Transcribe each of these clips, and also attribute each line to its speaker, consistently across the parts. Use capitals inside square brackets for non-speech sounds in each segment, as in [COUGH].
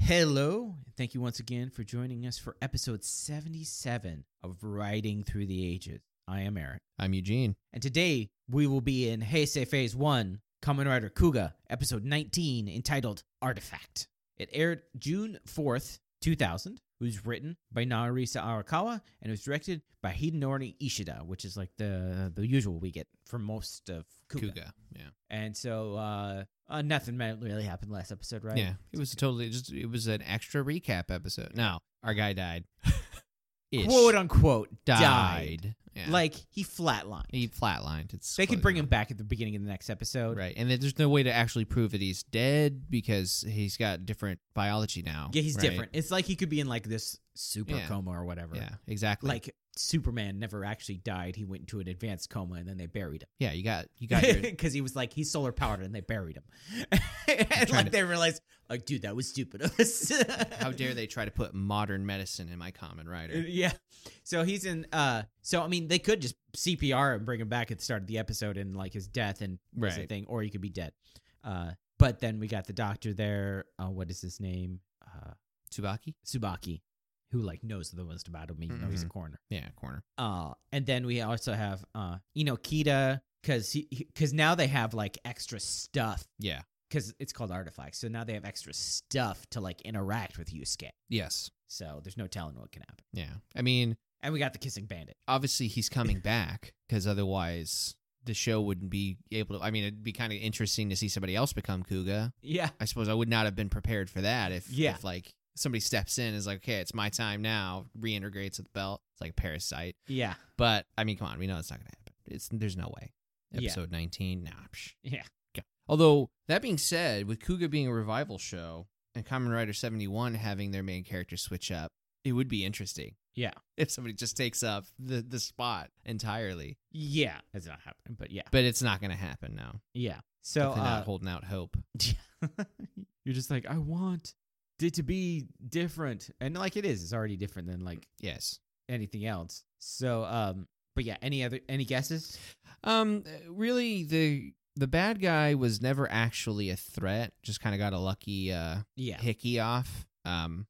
Speaker 1: Hello, and thank you once again for joining us for episode 77 of Riding Through the Ages. I am Eric,
Speaker 2: I'm Eugene.
Speaker 1: and today we will be in Heisei Phase 1, Kamen Rider Kuga, episode 19, entitled Artifact. It aired June 4th, 2000, it was written by Narisa Arakawa, and it was directed by Hidenori Ishida, which is like the, the usual we get for most of Kuga.
Speaker 2: Kuga. Yeah.
Speaker 1: And so, uh, uh, nothing really happened last episode, right?
Speaker 2: Yeah. It was totally just it was an extra recap episode. No, our
Speaker 1: [LAUGHS]
Speaker 2: guy died. Ish.
Speaker 1: quote unquote died.
Speaker 2: died. Yeah.
Speaker 1: Like he flatlined.
Speaker 2: he flatlined. It's
Speaker 1: they could bring him
Speaker 2: closing.
Speaker 1: back at the beginning of the next episode.
Speaker 2: Right. And then there's no way to actually prove that he's dead because he's got different biology now.
Speaker 1: Yeah, he's
Speaker 2: right?
Speaker 1: different. It's like he could be in like this super
Speaker 2: Yeah.
Speaker 1: coma or whatever.
Speaker 2: Yeah, exactly.
Speaker 1: Like Superman never actually died. He went into an advanced coma and then they buried him
Speaker 2: yeah, you got you got
Speaker 1: [LAUGHS]
Speaker 2: your
Speaker 1: because he was like he's solar powered and they buried him. [LAUGHS] and
Speaker 2: trying
Speaker 1: like
Speaker 2: to-
Speaker 1: they realized, like, dude, that was stupid of us. [LAUGHS]
Speaker 2: how dare they try to put modern medicine in my common rider.
Speaker 1: Uh, Yeah. So he's in. uh So I mean, they could just CPR and bring him back at the start of the episode and like his death and is a
Speaker 2: Right.
Speaker 1: thing, or you could be dead. Uh, but then we got the doctor there. Uh, what is his name? Uh,
Speaker 2: Tsubaki?
Speaker 1: Subaki, who like knows the most about him, even though he's a
Speaker 2: Mhm.
Speaker 1: coroner.
Speaker 2: Yeah, corner.
Speaker 1: Uh, and then we also have uh, Inokita because he because now they have like extra stuff
Speaker 2: Yeah.
Speaker 1: because it's called artifacts. So now they have extra stuff to like interact with Yusuke.
Speaker 2: Yes.
Speaker 1: So there's no telling what can happen.
Speaker 2: Yeah. I mean,
Speaker 1: And we got the kissing bandit.
Speaker 2: obviously he's coming back because otherwise the show wouldn't be able to. I mean, it'd be kind of interesting to see somebody else become Kuga.
Speaker 1: Yeah.
Speaker 2: I suppose I would not have been prepared for that if,
Speaker 1: Yeah.
Speaker 2: if like somebody steps in and is like, okay, it's my time now, reintegrates with the belt. It's like a parasite.
Speaker 1: Yeah.
Speaker 2: But I mean, come on, we know it's not going to happen. It's there's no way.
Speaker 1: Yeah.
Speaker 2: Episode nineteen, nah. Psh.
Speaker 1: Yeah.
Speaker 2: Although that being said, with Kuga being a revival show and Kamen Rider seventy one having their main character switch up, it would be interesting.
Speaker 1: Yeah.
Speaker 2: If somebody just takes up the, the spot entirely.
Speaker 1: Yeah. That's not happening, but yeah.
Speaker 2: But it's not going to happen now.
Speaker 1: Yeah. So
Speaker 2: Definitely
Speaker 1: uh, [LAUGHS]
Speaker 2: not holding out hope.
Speaker 1: you're just like, I want it to be different. And like it is, it's already different than like
Speaker 2: Yes.
Speaker 1: anything else. So um but yeah, any other any guesses?
Speaker 2: Um. Really, the the bad guy was never actually a threat. Just kind of got a lucky uh,
Speaker 1: Yeah.
Speaker 2: hickey off. Um,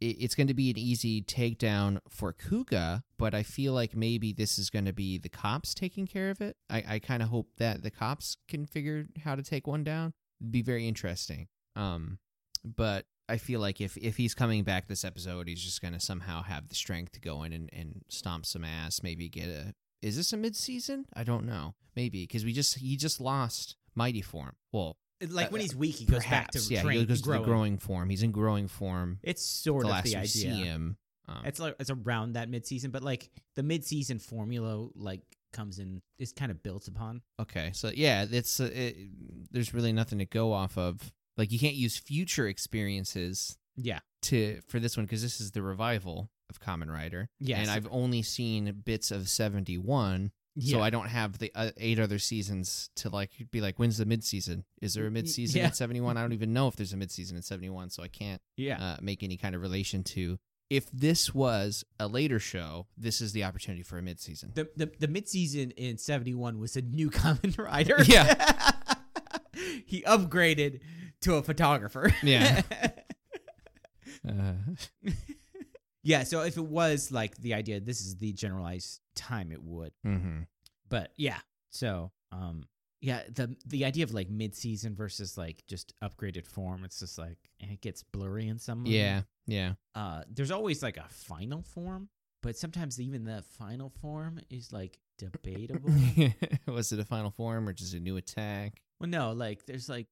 Speaker 2: it, it's going to be an easy takedown for Kuga, but I feel like maybe this is going to be the cops taking care of it. I, I kind of hope that the cops can figure how to take one down. It'd be very interesting. Um, but I feel like if, if he's coming back this episode, he's just going to somehow have the strength to go in and, and stomp some ass, maybe get a. Is this a mid season? I don't know. Maybe because we just he just lost mighty form. Well,
Speaker 1: Like when
Speaker 2: uh,
Speaker 1: he's weak, he goes back
Speaker 2: Perhaps,
Speaker 1: to
Speaker 2: yeah,
Speaker 1: train,
Speaker 2: he goes
Speaker 1: growing.
Speaker 2: to the growing form. He's in growing form.
Speaker 1: It's sort
Speaker 2: the
Speaker 1: of
Speaker 2: last
Speaker 1: the
Speaker 2: we
Speaker 1: idea.
Speaker 2: see him. Um,
Speaker 1: It's like it's around that mid season, but like the mid season formula like comes in is kind of built upon.
Speaker 2: okay, so yeah, it's uh, it, there's really nothing to go off of. Like you can't use future experiences
Speaker 1: Yeah.
Speaker 2: to for this one because this is the revival of Common Rider.
Speaker 1: Yes.
Speaker 2: and I've only seen bits of seventy one,
Speaker 1: Yeah.
Speaker 2: so I don't have the uh, eight other seasons to like be like, when's the mid season? Is there a mid season
Speaker 1: yeah.
Speaker 2: at seventy one? I
Speaker 1: [LAUGHS]
Speaker 2: don't even know if there's a mid season at seventy one, so I can't.
Speaker 1: yeah.
Speaker 2: uh, make any kind of relation to. If this was a later show, this is the opportunity for a midseason.
Speaker 1: the the, the midseason in 71 was a new [LAUGHS] Kamen Rider.
Speaker 2: Yeah.
Speaker 1: [LAUGHS] he upgraded to a photographer. [LAUGHS]
Speaker 2: Yeah. Uh,
Speaker 1: yeah, so if it was like the idea this is the generalized time it would.
Speaker 2: mm-hmm.
Speaker 1: But yeah. So, um yeah, the the idea of like midseason versus like just upgraded form, it's just like and it gets blurry in some way.
Speaker 2: Yeah, yeah,
Speaker 1: Uh there's always like a final form, but sometimes even the final form is
Speaker 2: [LAUGHS]
Speaker 1: like debatable.
Speaker 2: was it a final form or just a new attack?
Speaker 1: Well, no, like there's like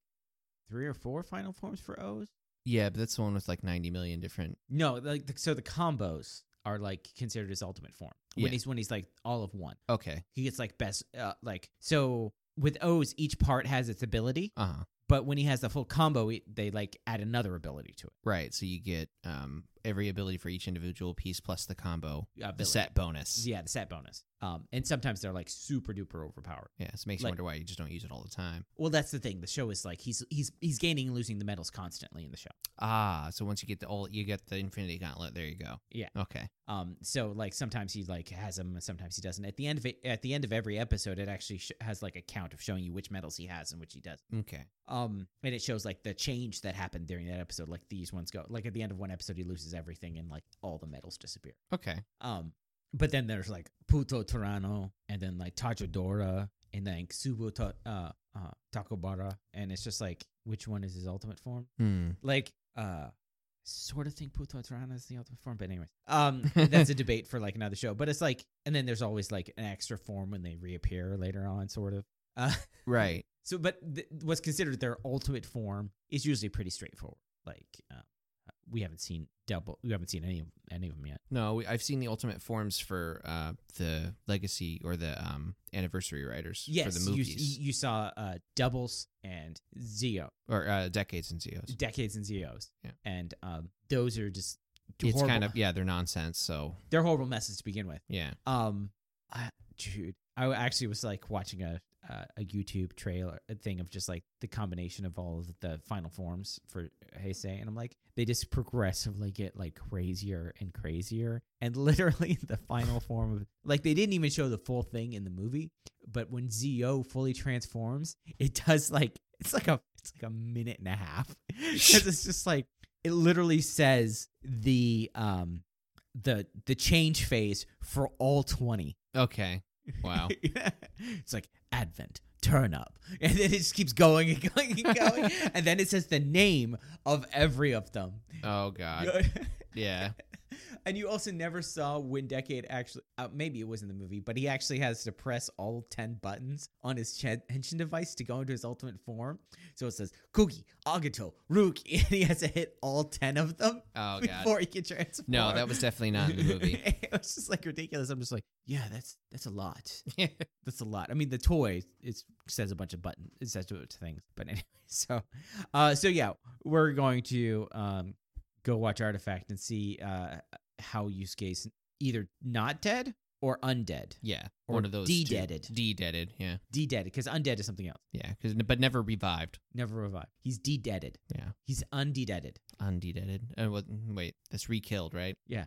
Speaker 1: three or four final forms for O's.
Speaker 2: Yeah, but that's the one with like ninety million different.
Speaker 1: No, like the, so the combos are like considered his ultimate form when
Speaker 2: Yeah.
Speaker 1: he's when he's like all of one.
Speaker 2: Okay,
Speaker 1: He gets like best uh, like so with O's each part has its ability,
Speaker 2: uh huh,
Speaker 1: but when he has the full combo, he, they like add another ability to it.
Speaker 2: right. So you get um every ability for each individual piece plus the combo,
Speaker 1: Uh,
Speaker 2: the
Speaker 1: villain.
Speaker 2: set bonus.
Speaker 1: Yeah, the set bonus. Um, and sometimes they're like super duper overpowered.
Speaker 2: Yeah, so it makes
Speaker 1: Like-
Speaker 2: you wonder why you just don't use it all the time.
Speaker 1: Well, that's the thing. The show is like he's he's he's gaining and losing the medals constantly in the show.
Speaker 2: Ah, so once you get the all, you get the Infinity Gauntlet. There you go.
Speaker 1: Yeah.
Speaker 2: Okay.
Speaker 1: Um, so like sometimes he like has them, and sometimes he doesn't. At the end of it, at the end of every episode, it actually sh- has like a count of showing you which medals he has and which he does.
Speaker 2: Okay.
Speaker 1: Um, and it shows like the change that happened during that episode. Like these ones go like at the end of one episode, he loses everything and like all the medals disappear.
Speaker 2: Okay.
Speaker 1: Um, but then there's like Puto Torano, and then like Tajadora, and then Subo Ta- uh, uh, Takobara, and it's just like which one is his ultimate form?
Speaker 2: Hmm.
Speaker 1: Like, uh, sort of think Puto Torano is the ultimate form, but anyways,
Speaker 2: [LAUGHS]
Speaker 1: um, that's a debate for like another show. But it's like, and then there's always like an extra form when they reappear later on, sort of. Uh,
Speaker 2: Right.
Speaker 1: so, but th- what's considered their ultimate form is usually pretty straightforward. Like, uh, we haven't seen double, we haven't seen any of any of them yet.
Speaker 2: No, we, I've seen the ultimate forms for uh, the legacy or the um, anniversary writers
Speaker 1: yes,
Speaker 2: for the
Speaker 1: you-
Speaker 2: movies
Speaker 1: You, you saw uh, doubles and zero
Speaker 2: or uh, decades and zeros.
Speaker 1: decades and zeros,
Speaker 2: Yeah.
Speaker 1: and um, those are just
Speaker 2: It's
Speaker 1: horrible,
Speaker 2: kind of yeah, they're nonsense. So
Speaker 1: they're horrible messes to begin with.
Speaker 2: yeah,
Speaker 1: Um, I, dude, I actually was like watching a uh, a YouTube trailer a thing of just like the combination of all of the final forms for Heisei, and I'm like, they just progressively get like crazier and crazier, and [LAUGHS] literally the final form of like they didn't even show the full thing in the movie, but when Zo fully transforms, it does like it's like a it's like a minute and a half [LAUGHS] 'Cause it's just like it literally says the um the the change phase for all 20
Speaker 2: okay, wow,
Speaker 1: [LAUGHS] it's like advent turn up [LAUGHS] and then it just keeps going and going and
Speaker 2: [LAUGHS]
Speaker 1: going and then it says the name of every of them
Speaker 2: oh god, yeah,
Speaker 1: [LAUGHS] and you also never saw when decade actually uh, maybe it was in the movie but he actually has to press all 10 buttons on his chen- henshin device to go into his ultimate form so it says kugi agito Rook, [LAUGHS] and he has to hit all 10 of them [LAUGHS]
Speaker 2: oh god.
Speaker 1: before he can transform
Speaker 2: No, that was definitely not in the movie.
Speaker 1: [LAUGHS] it was just like ridiculous. I'm just like, yeah, that's that's a lot. [LAUGHS] That's a lot. I mean, the toy it says a bunch of buttons. It says to things. But anyway, [LAUGHS] so uh, so yeah, we're going to um, go watch Artifact and see uh, how Yusuke's either not dead or undead,
Speaker 2: yeah,
Speaker 1: Or
Speaker 2: one of those
Speaker 1: de-deaded.
Speaker 2: de-deaded, yeah,
Speaker 1: de-deaded, because undead is something else.
Speaker 2: yeah, 'cause- but never revived.
Speaker 1: Never revived. He's de-deaded.
Speaker 2: Yeah.
Speaker 1: He's undeaded.
Speaker 2: Undeaded. Uh, what- wait, that's re-killed, right?
Speaker 1: De-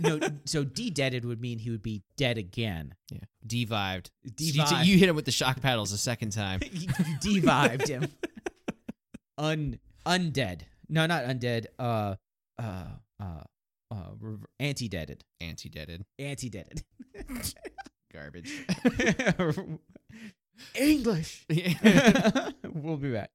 Speaker 1: no, [LAUGHS] so de-deaded would mean he would be dead again.
Speaker 2: Yeah, devived. You t-
Speaker 1: Devived.
Speaker 2: you hit him with the shock paddles a second time.
Speaker 1: [LAUGHS] you, you devived him. [LAUGHS] Un undead. No, not undead. Uh, uh, uh, uh anti deaded.
Speaker 2: Anti-deaded.
Speaker 1: Anti [LAUGHS] deaded.
Speaker 2: Garbage.
Speaker 1: English. [LAUGHS]
Speaker 2: [LAUGHS] Yeah.
Speaker 1: we'll be back.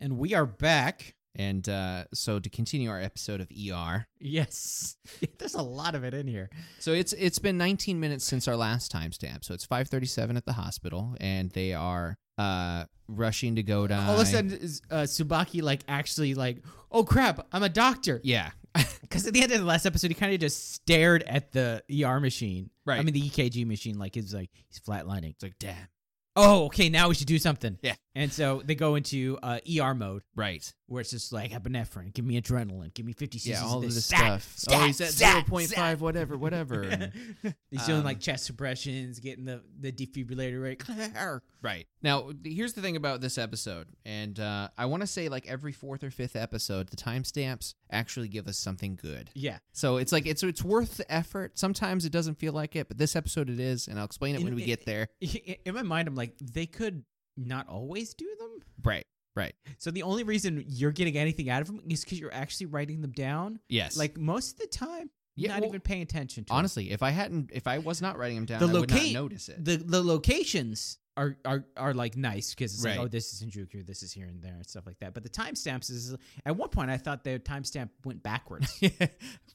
Speaker 1: And we are back.
Speaker 2: And uh, so to continue our episode of ER,
Speaker 1: Yes. [LAUGHS] There's a lot of it in here.
Speaker 2: so it's it's been 19 minutes since our last timestamp. So it's 5:37 at the hospital, and they are uh, rushing to go down.
Speaker 1: All of a sudden, is, uh, Subaki like actually like, oh crap, I'm a doctor.
Speaker 2: yeah,
Speaker 1: Because at the end of the last episode, he kind of just stared at the ER machine. I
Speaker 2: Right.
Speaker 1: mean, the EKG machine. Like he's like he's flatlining.
Speaker 2: it's like damn,
Speaker 1: Oh, okay, now we should do something.
Speaker 2: Yeah.
Speaker 1: And so they go into uh, ER mode.
Speaker 2: right?
Speaker 1: Where it's just like epinephrine, give me adrenaline, give me fifty cc's
Speaker 2: Yeah,
Speaker 1: of
Speaker 2: all of
Speaker 1: this,
Speaker 2: this
Speaker 1: stat, [LAUGHS]
Speaker 2: stuff.
Speaker 1: stat,
Speaker 2: oh, he's at
Speaker 1: stat,
Speaker 2: 0.5,
Speaker 1: stat.
Speaker 2: whatever, whatever.
Speaker 1: [LAUGHS]
Speaker 2: And-
Speaker 1: He's doing
Speaker 2: Um,
Speaker 1: like chest suppressions, getting the the defibrillator rate. [LAUGHS]
Speaker 2: right now, here's the thing about this episode, and uh, I want to say like every fourth or fifth episode, the timestamps actually give us something good.
Speaker 1: yeah,
Speaker 2: So it's like it's it's worth the effort. Sometimes it doesn't feel like it, but this episode it is, and I'll explain it when
Speaker 1: In-
Speaker 2: we get there.
Speaker 1: [LAUGHS] in my mind, I'm like they could not always do them.
Speaker 2: Right.
Speaker 1: So the only reason you're getting anything out of them is because you're actually writing them down.
Speaker 2: Yes.
Speaker 1: Like most of the time,
Speaker 2: Yeah,
Speaker 1: not
Speaker 2: well,
Speaker 1: even paying attention to. 'em.
Speaker 2: honestly, if I hadn't, if I was not writing them down,
Speaker 1: The
Speaker 2: I would not
Speaker 1: locate-
Speaker 2: notice it.
Speaker 1: the the locations are are are like nice because it's
Speaker 2: Right.
Speaker 1: like oh this is in Juku, this is here and there and stuff like that. But the timestamps is at one point I thought their timestamp went [LAUGHS] backwards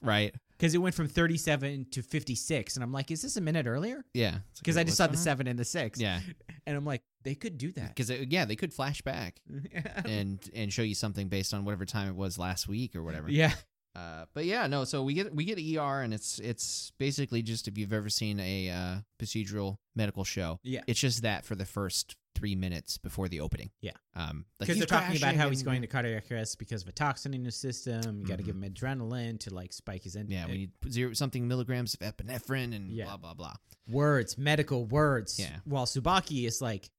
Speaker 2: right.
Speaker 1: because it went from 37 to 56, and I'm like, is this a minute earlier?
Speaker 2: Yeah. It's like,
Speaker 1: Because
Speaker 2: wait,
Speaker 1: I just
Speaker 2: what's
Speaker 1: saw the
Speaker 2: going on?
Speaker 1: seven and the six,
Speaker 2: Yeah.
Speaker 1: and I'm like, they could do [LAUGHS] that.
Speaker 2: Because yeah, they could flash back and and show you something based on whatever time it was last week or whatever.
Speaker 1: yeah,
Speaker 2: Uh, but yeah, no. So we get we get ER, and it's it's basically just if you've ever seen a uh, procedural medical show,
Speaker 1: Yeah.
Speaker 2: it's just that for the first three minutes before the opening.
Speaker 1: Yeah.
Speaker 2: um, like
Speaker 1: Because
Speaker 2: he's
Speaker 1: they're talking about
Speaker 2: crashing
Speaker 1: how he's
Speaker 2: and-
Speaker 1: going to cardiac arrest because of a toxin in his system. You got to give him adrenaline to like spike his uh, end.
Speaker 2: Mm-hmm. Yeah, we need zero something milligrams of epinephrine and
Speaker 1: Yeah.
Speaker 2: blah blah blah.
Speaker 1: words, medical words.
Speaker 2: Yeah.
Speaker 1: While Subaki is like,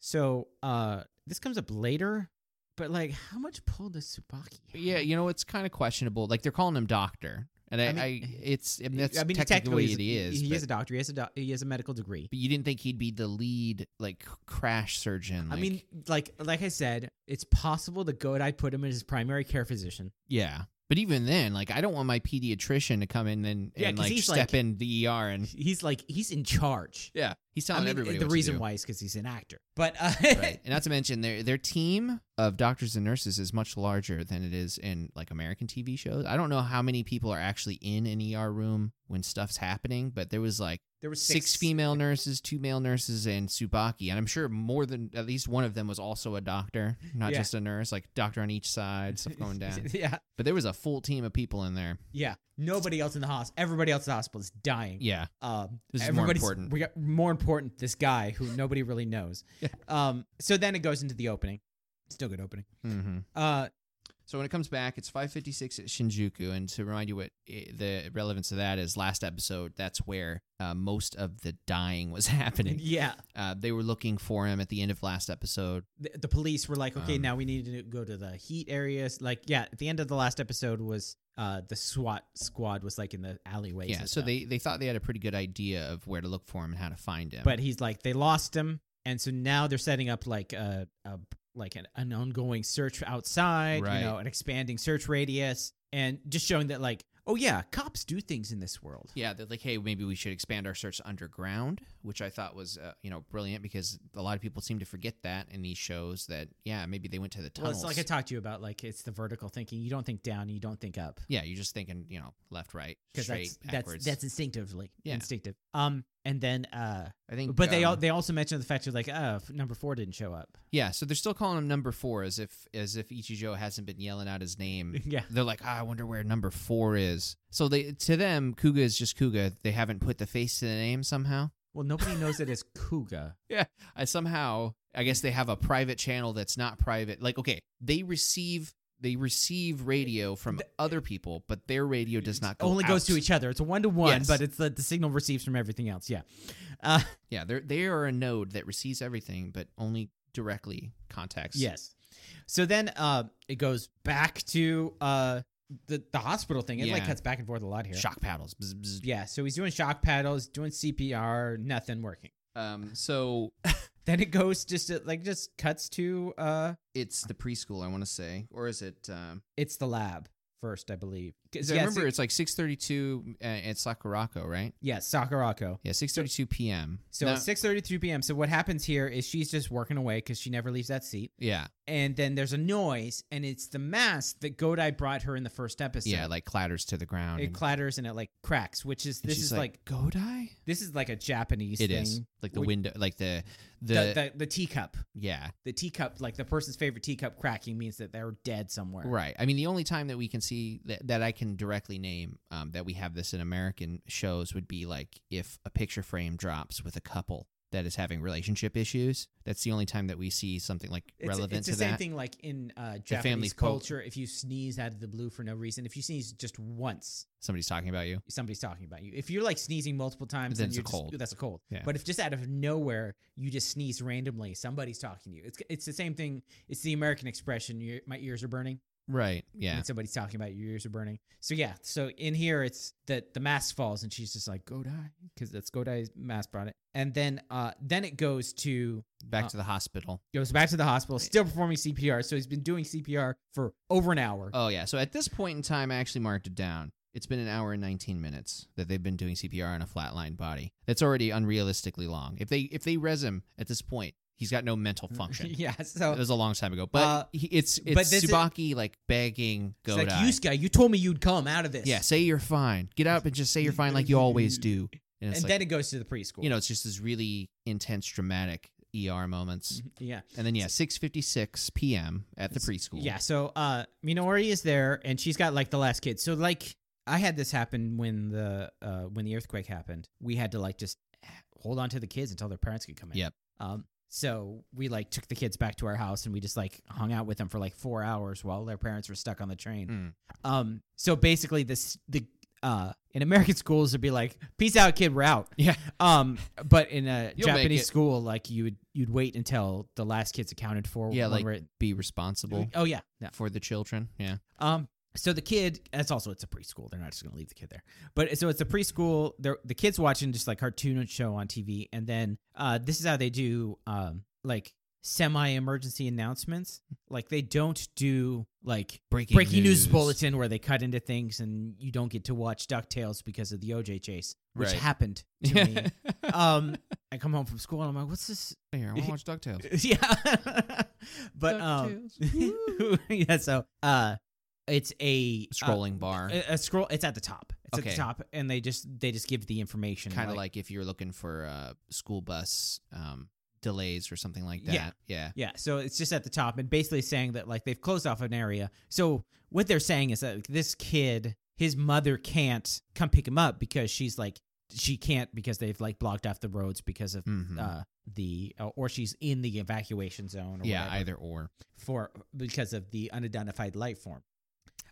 Speaker 1: so uh, this comes up later, but like, how much pull does Subaki? Have?
Speaker 2: Yeah, you know it's kind of questionable. Like they're calling him doctor, and I,
Speaker 1: I
Speaker 2: I,
Speaker 1: mean-
Speaker 2: it's I mean, that's
Speaker 1: I mean,
Speaker 2: technically,
Speaker 1: he's-
Speaker 2: it is.
Speaker 1: He,
Speaker 2: but,
Speaker 1: is a doctor. He has a doc- he has a medical degree.
Speaker 2: but you didn't think he'd be the lead like c- crash surgeon.
Speaker 1: I
Speaker 2: like-
Speaker 1: mean, like like I said, it's possible the Godai put him as his primary care physician.
Speaker 2: yeah. But even then, like I don't want my pediatrician to come in and,
Speaker 1: Yeah,
Speaker 2: and
Speaker 1: 'cause
Speaker 2: like
Speaker 1: he's,
Speaker 2: step
Speaker 1: like-
Speaker 2: in the ER and
Speaker 1: He's like he's in charge.
Speaker 2: yeah, he's telling
Speaker 1: I mean,
Speaker 2: everybody
Speaker 1: the
Speaker 2: what to
Speaker 1: reason
Speaker 2: do.
Speaker 1: why is because he's an actor. But [LAUGHS] uh,
Speaker 2: right. And not to mention their their team of doctors and nurses is much larger than it is in like American TV shows. I don't know how many people are actually in an ER room when stuff's happening, but there was like
Speaker 1: there were
Speaker 2: six, female nurses, two male nurses, and Subaki, and I'm sure more than at least one of them was also a doctor, not
Speaker 1: Yeah.
Speaker 2: just a nurse. Like doctor on each side, stuff
Speaker 1: [LAUGHS]
Speaker 2: going down.
Speaker 1: yeah,
Speaker 2: but there was a full team of people in there.
Speaker 1: yeah. Nobody else in the hospital. Everybody else in the hospital is dying.
Speaker 2: Yeah,
Speaker 1: Um,
Speaker 2: This is more
Speaker 1: everybody's-
Speaker 2: important.
Speaker 1: We got more important. This guy who nobody really knows.
Speaker 2: [LAUGHS] Yeah.
Speaker 1: Um. So then it goes into the opening. Still good opening.
Speaker 2: mm-hmm.
Speaker 1: Uh.
Speaker 2: So when it comes back, it's 5:56 at Shinjuku, and to remind you what i the relevance of that is, last episode that's where uh, most of the dying was [LAUGHS] happening.
Speaker 1: Yeah.
Speaker 2: Uh, they were looking for him at the end of last episode.
Speaker 1: The, the police were like, okay,
Speaker 2: Um,
Speaker 1: now we need to go to the heat areas. Like, yeah. At the end of the last episode was uh the SWAT squad was like in the alleyways.
Speaker 2: yeah,
Speaker 1: and
Speaker 2: so
Speaker 1: stuff.
Speaker 2: they they thought they had a pretty good idea of where to look for him and how to find him.
Speaker 1: But he's like, they lost him, and so now they're setting up like a, a like an, an ongoing search outside,
Speaker 2: Right.
Speaker 1: you know, an expanding search radius, and just showing that like, oh yeah, cops do things in this world.
Speaker 2: yeah, they're like, hey, maybe we should expand our search underground, which I thought was uh, you know brilliant because a lot of people seem to forget that in these shows that yeah maybe they went to the
Speaker 1: Well,
Speaker 2: tunnels.
Speaker 1: it's like I talked to you about, like it's the vertical thinking. You don't think down, you don't think up,
Speaker 2: yeah, you're just thinking you know left right
Speaker 1: because
Speaker 2: straight
Speaker 1: that's that's
Speaker 2: backwards.
Speaker 1: that's instinctively
Speaker 2: Yeah.
Speaker 1: instinctive. Um, and then uh,
Speaker 2: I think,
Speaker 1: but they
Speaker 2: um,
Speaker 1: all they also mentioned the fact that like, uh, f- number four didn't show up.
Speaker 2: Yeah, so they're still calling him number four as if as if Ichijo hasn't been yelling out his name.
Speaker 1: [LAUGHS] yeah,
Speaker 2: They're like, ah, I wonder where number four is. So they to them, Kuga is just Kuga. They haven't put the face to the name somehow.
Speaker 1: well, nobody knows it as Kuga.
Speaker 2: I somehow I guess they have a private channel that's not private. Like, okay, they receive they receive radio from
Speaker 1: The-
Speaker 2: other people, but their radio does not
Speaker 1: It
Speaker 2: go
Speaker 1: only goes
Speaker 2: out.
Speaker 1: to each other. It's a one to one,
Speaker 2: Yes.
Speaker 1: but it's the, the signal receives from everything else. Yeah, uh,
Speaker 2: Yeah, they they are a node that receives everything, but only directly contacts.
Speaker 1: yes. So then uh, it goes back to uh, the the hospital thing. It like
Speaker 2: Yeah.
Speaker 1: cuts back and forth a lot here.
Speaker 2: shock paddles. Bzz, bzz.
Speaker 1: Yeah, so he's doing shock paddles, doing CPR, nothing working.
Speaker 2: Um, so
Speaker 1: Then it goes just to, like just cuts to uh,
Speaker 2: it's the preschool. I want to say, or is it? Um,
Speaker 1: it's the lab first, I believe. 'Cause,
Speaker 2: Because I
Speaker 1: yeah,
Speaker 2: remember
Speaker 1: si-
Speaker 2: it's like 6:32 uh, at Sakurako, right?
Speaker 1: yeah, Sakurako.
Speaker 2: Yeah, 6:32 p.m.
Speaker 1: So
Speaker 2: No-
Speaker 1: it's six thirty two p.m. So what happens here is she's just working away because she never leaves that seat.
Speaker 2: yeah,
Speaker 1: and then there's a noise, and it's the mask that Godai brought her in the first episode.
Speaker 2: yeah, it, like clatters to the ground.
Speaker 1: it
Speaker 2: and-
Speaker 1: clatters and it like cracks, which is
Speaker 2: and
Speaker 1: this
Speaker 2: she's
Speaker 1: is like,
Speaker 2: Godai.
Speaker 1: this is like a Japanese
Speaker 2: It
Speaker 1: thing.
Speaker 2: is like the
Speaker 1: We-
Speaker 2: window, like the the,
Speaker 1: The, the the teacup,
Speaker 2: yeah,
Speaker 1: the teacup, like the person's favorite teacup cracking means that they're dead somewhere.
Speaker 2: right. I mean, the only time that we can see that, that I can directly name um, that we have this in American shows would be like if a picture frame drops with a couple that is having relationship issues. That's the only time that we see something like
Speaker 1: It's,
Speaker 2: relevant
Speaker 1: it's
Speaker 2: to
Speaker 1: the same
Speaker 2: that.
Speaker 1: thing like in uh,
Speaker 2: The family
Speaker 1: Japanese
Speaker 2: cult.
Speaker 1: culture. If you sneeze out of the blue for no reason, if you sneeze just once,
Speaker 2: Somebody's talking about you.
Speaker 1: somebody's talking about you. If you're like sneezing multiple times,
Speaker 2: Then
Speaker 1: then
Speaker 2: it's
Speaker 1: you're
Speaker 2: a
Speaker 1: just-
Speaker 2: cold.
Speaker 1: that's a cold.
Speaker 2: Yeah.
Speaker 1: But if just out of nowhere you just sneeze randomly, somebody's talking to you. It's it's the same thing. It's the American expression. Your, my ears are burning.
Speaker 2: Right. Yeah.
Speaker 1: When somebody's talking about your ears are burning. So yeah. So in here, it's that the mask falls and she's just like go die because that's go die's mask brought it. And then uh then it goes to
Speaker 2: Back
Speaker 1: uh,
Speaker 2: to the hospital.
Speaker 1: goes back to the hospital, still performing CPR. So he's been doing CPR for over an hour.
Speaker 2: Oh yeah. So at this point in time, I actually marked it down. It's been an hour and 19 minutes that they've been doing CPR on a flatline body. That's already unrealistically long. If they if they res him at this point, he's got no mental
Speaker 1: [LAUGHS]
Speaker 2: function.
Speaker 1: Mm, yeah.
Speaker 2: It
Speaker 1: So.
Speaker 2: was a long time ago, but
Speaker 1: Uh,
Speaker 2: he, it's it's
Speaker 1: but this is-
Speaker 2: Subaki like begging
Speaker 1: It's
Speaker 2: Godai.
Speaker 1: like you, Sky. You told me you'd come out of this.
Speaker 2: yeah, say you're fine. Get up and just say you're fine like you always do. And
Speaker 1: And
Speaker 2: it's like,
Speaker 1: then it goes to the preschool.
Speaker 2: you know, it's just this really intense, dramatic ER moments.
Speaker 1: Yeah.
Speaker 2: And then yeah, 6:56 p.m. at the
Speaker 1: Mm-hmm. It's-
Speaker 2: preschool.
Speaker 1: Yeah, so uh Minori is there and she's got like the last kid. So like I had this happen when the uh when the earthquake happened. We had to like just hold on to the kids until their parents could come in.
Speaker 2: Yep.
Speaker 1: Um so we like took the kids back to our house and we just like hung out with them for like 4 hours while their parents were stuck on the train.
Speaker 2: Mm.
Speaker 1: Um so basically this the uh in American schools it'd be like peace out kid, we're out.
Speaker 2: Yeah.
Speaker 1: Um but in a
Speaker 2: [LAUGHS] You'll make
Speaker 1: Japanese
Speaker 2: it.
Speaker 1: school like you would you'd wait until the last kid's accounted for
Speaker 2: Yeah,
Speaker 1: when
Speaker 2: like,
Speaker 1: we're at-
Speaker 2: Be responsible
Speaker 1: Oh yeah. Yeah.
Speaker 2: for the children. Yeah.
Speaker 1: Um, so the kid, that's also it's a preschool. They're not just gonna leave the kid there. But so it's a preschool. They're, the kid's watching just like cartoon show on TV, and then uh, this is how they do um like semi-emergency announcements. Like they don't do like
Speaker 2: Breaking,
Speaker 1: breaking news. bulletin where they cut into things and you don't get to watch Ducktales because of the OJ chase, which
Speaker 2: Right.
Speaker 1: happened to
Speaker 2: Yeah.
Speaker 1: me. Um, I come home from school and I'm like, what's this?
Speaker 2: [LAUGHS]
Speaker 1: [LAUGHS]
Speaker 2: Here, I want to watch DuckTales.
Speaker 1: yeah, [LAUGHS] but um. [LAUGHS] yeah, so uh it's a uh,
Speaker 2: [LAUGHS] Scrolling bar.
Speaker 1: a, a scroll it's at the top. It's at
Speaker 2: Okay.
Speaker 1: the top and they just they just give the information
Speaker 2: kind of like, if you're looking for uh, school bus um, delays or something like that.
Speaker 1: Yeah.
Speaker 2: Yeah.
Speaker 1: yeah, so it's just at the top and basically saying that like they've closed off an area. So what they're saying is that like, this kid, his mother can't come pick him up because she's like she can't because they've like blocked off the roads because of
Speaker 2: Mhm.
Speaker 1: uh the or she's in the evacuation zone or
Speaker 2: yeah.
Speaker 1: whatever
Speaker 2: Either or.
Speaker 1: for because of the unidentified light form.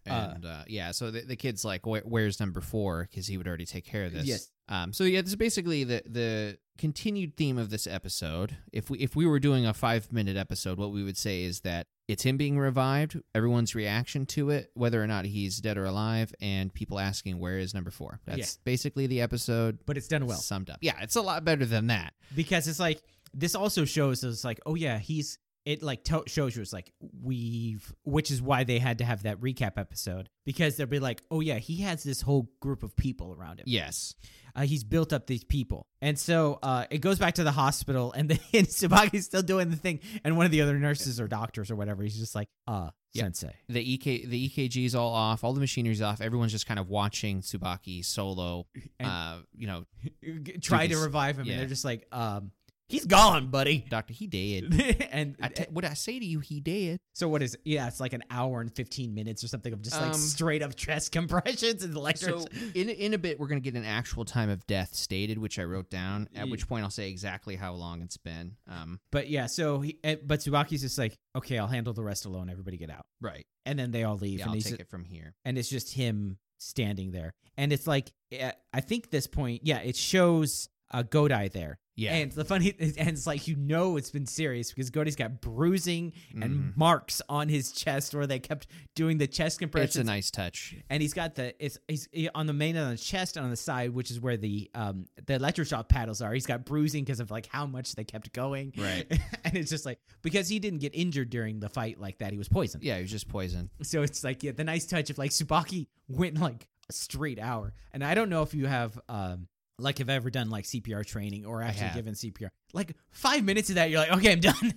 Speaker 1: Uh,
Speaker 2: And uh, yeah, so the, the kid's like, Where, "Where's number four? Because he would already take care of this.
Speaker 1: Yes.
Speaker 2: Um. So yeah, this is basically the the continued theme of this episode. If we if we were doing a five minute episode, what we would say is that it's him being revived, everyone's reaction to it, whether or not he's dead or alive, and people asking where is number four. That's basically the episode
Speaker 1: But it's done well.
Speaker 2: summed up. Yeah, it's a lot better than that.
Speaker 1: because it's like this also shows us like oh yeah he's it like to- shows you it's like we've which is why they had to have that recap episode because they'll be like oh yeah he has this whole group of people around him
Speaker 2: Yes.
Speaker 1: uh, he's built up these people and so uh, it goes back to the hospital [LAUGHS] and then Sabaki's still doing the thing and one of the other nurses or doctors or whatever he's just like uh
Speaker 2: Yeah.
Speaker 1: sensei
Speaker 2: the EK the EKG's all off, all the machinery's off. Everyone's just kind of watching Tsubaki solo.
Speaker 1: And-
Speaker 2: uh, you know,
Speaker 1: try to
Speaker 2: this-
Speaker 1: revive him
Speaker 2: yeah.
Speaker 1: and they're just like um he's gone buddy [LAUGHS]
Speaker 2: Doctor, he did.
Speaker 1: and
Speaker 2: I t- what I say to you, he did.
Speaker 1: So what is it? Yeah, it's like an hour and fifteen minutes or something of just like
Speaker 2: Um,
Speaker 1: straight up chest compressions and
Speaker 2: So
Speaker 1: lectures.
Speaker 2: in in a bit, we're gonna get an actual time of death stated, which I wrote down. At
Speaker 1: Yeah.
Speaker 2: which point, I'll say exactly how long it's been. Um,
Speaker 1: but yeah, so he eh, but Tsubaki's just like, okay, I'll handle the rest alone. Everybody get out,
Speaker 2: right.
Speaker 1: and then they all leave,
Speaker 2: Yeah,
Speaker 1: and
Speaker 2: I'll
Speaker 1: he's
Speaker 2: take it from here.
Speaker 1: and it's just him standing there, and it's like eh, I think this point, yeah, it shows uh, Godai there,
Speaker 2: Yeah.
Speaker 1: and the funny [LAUGHS] and it's like you know it's been serious because Godai's got bruising and
Speaker 2: Mhm.
Speaker 1: marks on his chest where they kept doing the chest
Speaker 2: it's
Speaker 1: compressions
Speaker 2: a nice touch.
Speaker 1: and he's got the it's he's he- on the main on the chest and on the side, which is where the um the electroshock paddles are. He's got bruising because of like how much they kept going,
Speaker 2: Right.
Speaker 1: [LAUGHS] and it's just like because he didn't get injured during the fight like that, he was poisoned.
Speaker 2: Yeah, he was just
Speaker 1: [LAUGHS]
Speaker 2: poisoned.
Speaker 1: So it's like yeah, the nice touch of like Subaki went like a straight hour, and I don't know if you have um like have ever done like CPR training or actually
Speaker 2: have.
Speaker 1: given CPR. Like five minutes of that, you're like, okay, I'm
Speaker 2: [LAUGHS]
Speaker 1: done.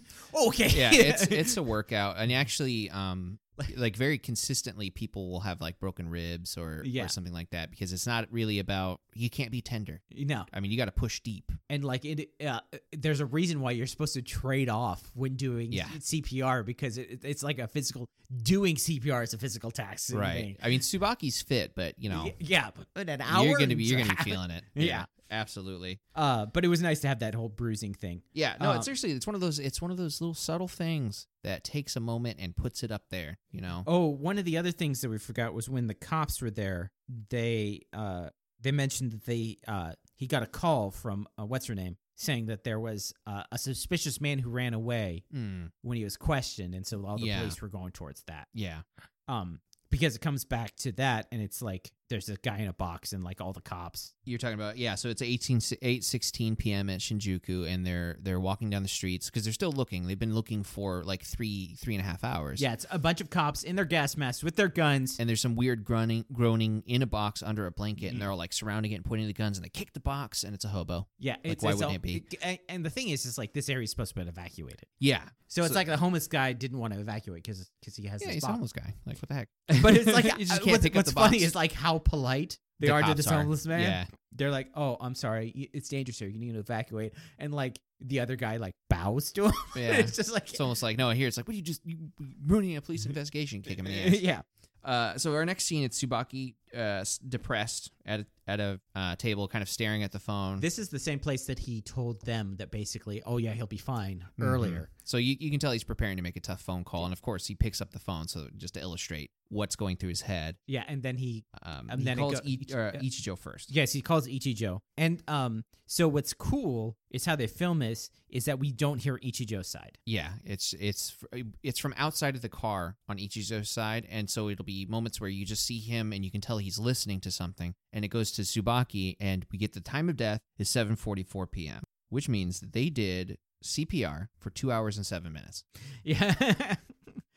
Speaker 1: okay,
Speaker 2: Yeah, it's it's a workout, and actually, um, like very consistently, people will have like broken ribs or
Speaker 1: Yeah.
Speaker 2: or something like that because it's not really about you can't be tender.
Speaker 1: no.
Speaker 2: I mean, you got to push deep.
Speaker 1: and like it uh, there's a reason why you're supposed to trade off when doing
Speaker 2: Yeah.
Speaker 1: CPR because it, it- it's like a physical doing CPR is a physical tax
Speaker 2: Right. I mean, Subaki's fit, but you know,
Speaker 1: yeah but in an hour
Speaker 2: you're gonna be
Speaker 1: and
Speaker 2: you're gonna
Speaker 1: a
Speaker 2: be feeling it.
Speaker 1: Yeah.
Speaker 2: absolutely.
Speaker 1: half. [LAUGHS] uh but it was nice to have that whole bruising thing
Speaker 2: Yeah. No,
Speaker 1: Um,
Speaker 2: it's seriously, it's one of those. It's one of those little subtle things that takes a moment and puts it up there. You know.
Speaker 1: oh one of the other things that we forgot was when the cops were there they uh they mentioned that they uh he got a call from uh, what's her name saying that there was uh, a suspicious man who ran away
Speaker 2: Hmm,
Speaker 1: when he was questioned and so all the
Speaker 2: Yeah.
Speaker 1: police were going towards that
Speaker 2: yeah.
Speaker 1: um because it comes back to that and it's like there's this guy in a box and like all the cops
Speaker 2: You're talking about yeah. So it's 18 8 16 p.m. at Shinjuku, and they're they're walking down the streets because they're still looking. They've been looking for like three three and a half hours.
Speaker 1: yeah it's a bunch of cops in their gas masks with their guns
Speaker 2: And there's some weird groaning, groaning in a box under a blanket,
Speaker 1: Mm-hmm.
Speaker 2: and they're all like surrounding it and pointing the guns, and they kick the box, and it's a hobo.
Speaker 1: yeah it's,
Speaker 2: why
Speaker 1: it's
Speaker 2: wouldn't it
Speaker 1: and- and the thing is is like this area's supposed to be evacuated
Speaker 2: Yeah,
Speaker 1: so it's
Speaker 2: So-
Speaker 1: like the homeless guy didn't want to evacuate because he has
Speaker 2: yeah,
Speaker 1: this
Speaker 2: he's a
Speaker 1: box
Speaker 2: homeless guy. Like what the heck?
Speaker 1: but it's like [LAUGHS]
Speaker 2: [LAUGHS] You just
Speaker 1: uh,
Speaker 2: can't
Speaker 1: what's,
Speaker 2: pick up
Speaker 1: what's
Speaker 2: the
Speaker 1: funny
Speaker 2: box.
Speaker 1: is like how polite they are to
Speaker 2: cops
Speaker 1: the homeless man. [LAUGHS]
Speaker 2: Yeah.
Speaker 1: They're like, "Oh, I'm sorry, y- it's dangerous here. You need to evacuate." And like the other guy like bows to him.
Speaker 2: Yeah.
Speaker 1: [LAUGHS] it's just like
Speaker 2: It's almost like no. Here it's like, what are you just you, you ruining a police investigation? Kick him in the ass.
Speaker 1: yeah.
Speaker 2: [LAUGHS] Uh, so our next scene, it's Tsubaki uh, s- depressed at a, at a uh, table, kind of staring at the phone.
Speaker 1: This is the same place that he told them that basically, "Oh yeah, he'll be fine."
Speaker 2: Mhm.
Speaker 1: Earlier,
Speaker 2: So you, you can tell he's preparing to make a tough phone call, and of course he picks up the phone. So just to illustrate what's going through his head,
Speaker 1: yeah, and then he
Speaker 2: um,
Speaker 1: And
Speaker 2: he
Speaker 1: then it
Speaker 2: calls
Speaker 1: go-
Speaker 2: I-
Speaker 1: Ichi-
Speaker 2: uh,
Speaker 1: yeah.
Speaker 2: Ichijo first.
Speaker 1: Yes, he calls Ichijo. And um, so what's cool is how they film this is that we don't hear Ichijo's side. [LAUGHS]
Speaker 2: Yeah, it's it's fr- it's from outside of the car on Ichizo's side, and so it'll be moments where you just see him, and you can tell he's listening to something, and it goes to Subaki, and we get the time of death is 7:44 p.m., which means that they did CPR for two hours and seven minutes. [LAUGHS]
Speaker 1: Yeah.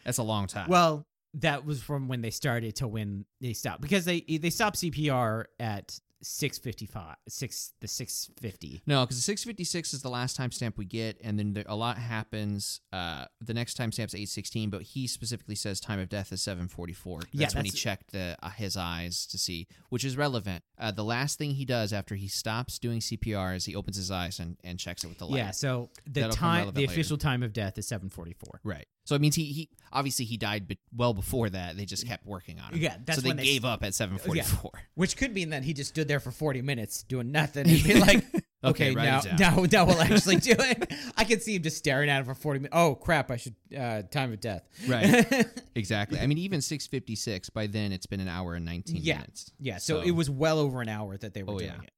Speaker 2: That's a long time.
Speaker 1: well, that was from when they started to when they stopped because they they stopped CPR at 6:55, 6 the 6:50.
Speaker 2: No, because 656 is the last timestamp we get, and then there, a lot happens. Uh, the next timestamp's 816, but he specifically says time of death is 744. That's,
Speaker 1: Yeah,
Speaker 2: when he
Speaker 1: that's-
Speaker 2: checked the, uh, his eyes to see, which is relevant. Uh, the last thing he does after he stops doing CPR is he opens his eyes and, and checks it with the light.
Speaker 1: Yeah, so the
Speaker 2: That'll come
Speaker 1: time
Speaker 2: relevant
Speaker 1: the
Speaker 2: later.
Speaker 1: official time of death is 7:44.
Speaker 2: Right. So it means he, he obviously he died be- well before that. They just kept working on it.
Speaker 1: Yeah, that's
Speaker 2: so they
Speaker 1: when they-
Speaker 2: gave up at 744.
Speaker 1: Which could mean that he just stood there for 40 minutes doing nothing and
Speaker 2: [LAUGHS]
Speaker 1: be like, [LAUGHS] okay,
Speaker 2: write
Speaker 1: now,
Speaker 2: it down.
Speaker 1: now, now we'll
Speaker 2: [LAUGHS]
Speaker 1: actually do it. I could see him just staring at him for 40 minutes. Oh, crap, I should, uh, time of death.
Speaker 2: [LAUGHS]
Speaker 1: [LAUGHS]
Speaker 2: Right. Exactly. I mean, even 656, by then it's been an hour and 19
Speaker 1: Yeah.
Speaker 2: minutes.
Speaker 1: Yeah, so,
Speaker 2: So-
Speaker 1: it was well over an hour that they were
Speaker 2: Oh,
Speaker 1: doing
Speaker 2: yeah.
Speaker 1: it.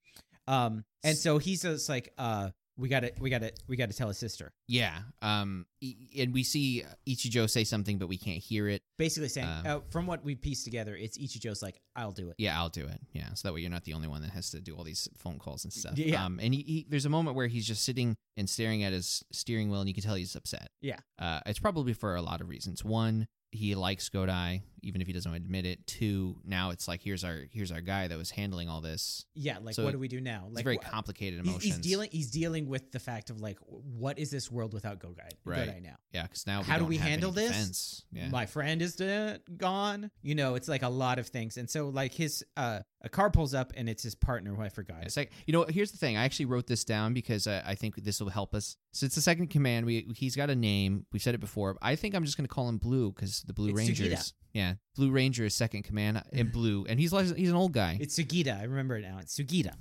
Speaker 1: Um, and so he's just like, uh, we gotta, we gotta, we gotta tell his sister.
Speaker 2: Yeah. Um. e- And we see Ichijo say something, but we can't hear it.
Speaker 1: Basically saying,
Speaker 2: Um,
Speaker 1: uh, from what we pieced together, it's Ichijo's like, I'll do it.
Speaker 2: Yeah, I'll do it. Yeah. So that way you're not the only one that has to do all these phone calls and stuff.
Speaker 1: Yeah.
Speaker 2: Um. And he, he there's a moment where he's just sitting and staring at his steering wheel, and you can tell he's upset.
Speaker 1: Yeah.
Speaker 2: Uh. It's probably for a lot of reasons. One. He likes Godai, even if he doesn't admit it. Two, now it's like here's our here's our guy that was handling all this.
Speaker 1: Yeah, like,
Speaker 2: So
Speaker 1: what do we do now? Like,
Speaker 2: it's very
Speaker 1: wh-
Speaker 2: complicated
Speaker 1: he's-
Speaker 2: emotions.
Speaker 1: He's, dealing, he's dealing with the fact of like, what is this world without Go Guide?
Speaker 2: Right.
Speaker 1: now.
Speaker 2: yeah, because now
Speaker 1: How do
Speaker 2: don't
Speaker 1: we
Speaker 2: have any
Speaker 1: handle this?
Speaker 2: defense. Yeah.
Speaker 1: my friend is uh, gone you know it's like a lot of things and so like his uh a car pulls up and it's his partner who i forgot
Speaker 2: It's like you know. what, Here's the thing. I actually wrote this down because I, I think this will help us. So it's the second command. We he's got a name. We've said it before. I think I'm just going to call him Blue because the Blue
Speaker 1: It's
Speaker 2: Ranger.
Speaker 1: Sugita.
Speaker 2: Is, yeah, Blue Ranger is second command
Speaker 1: [LAUGHS]
Speaker 2: and Blue, and he's like- he's an old guy.
Speaker 1: it's sugita i remember it now it's sugita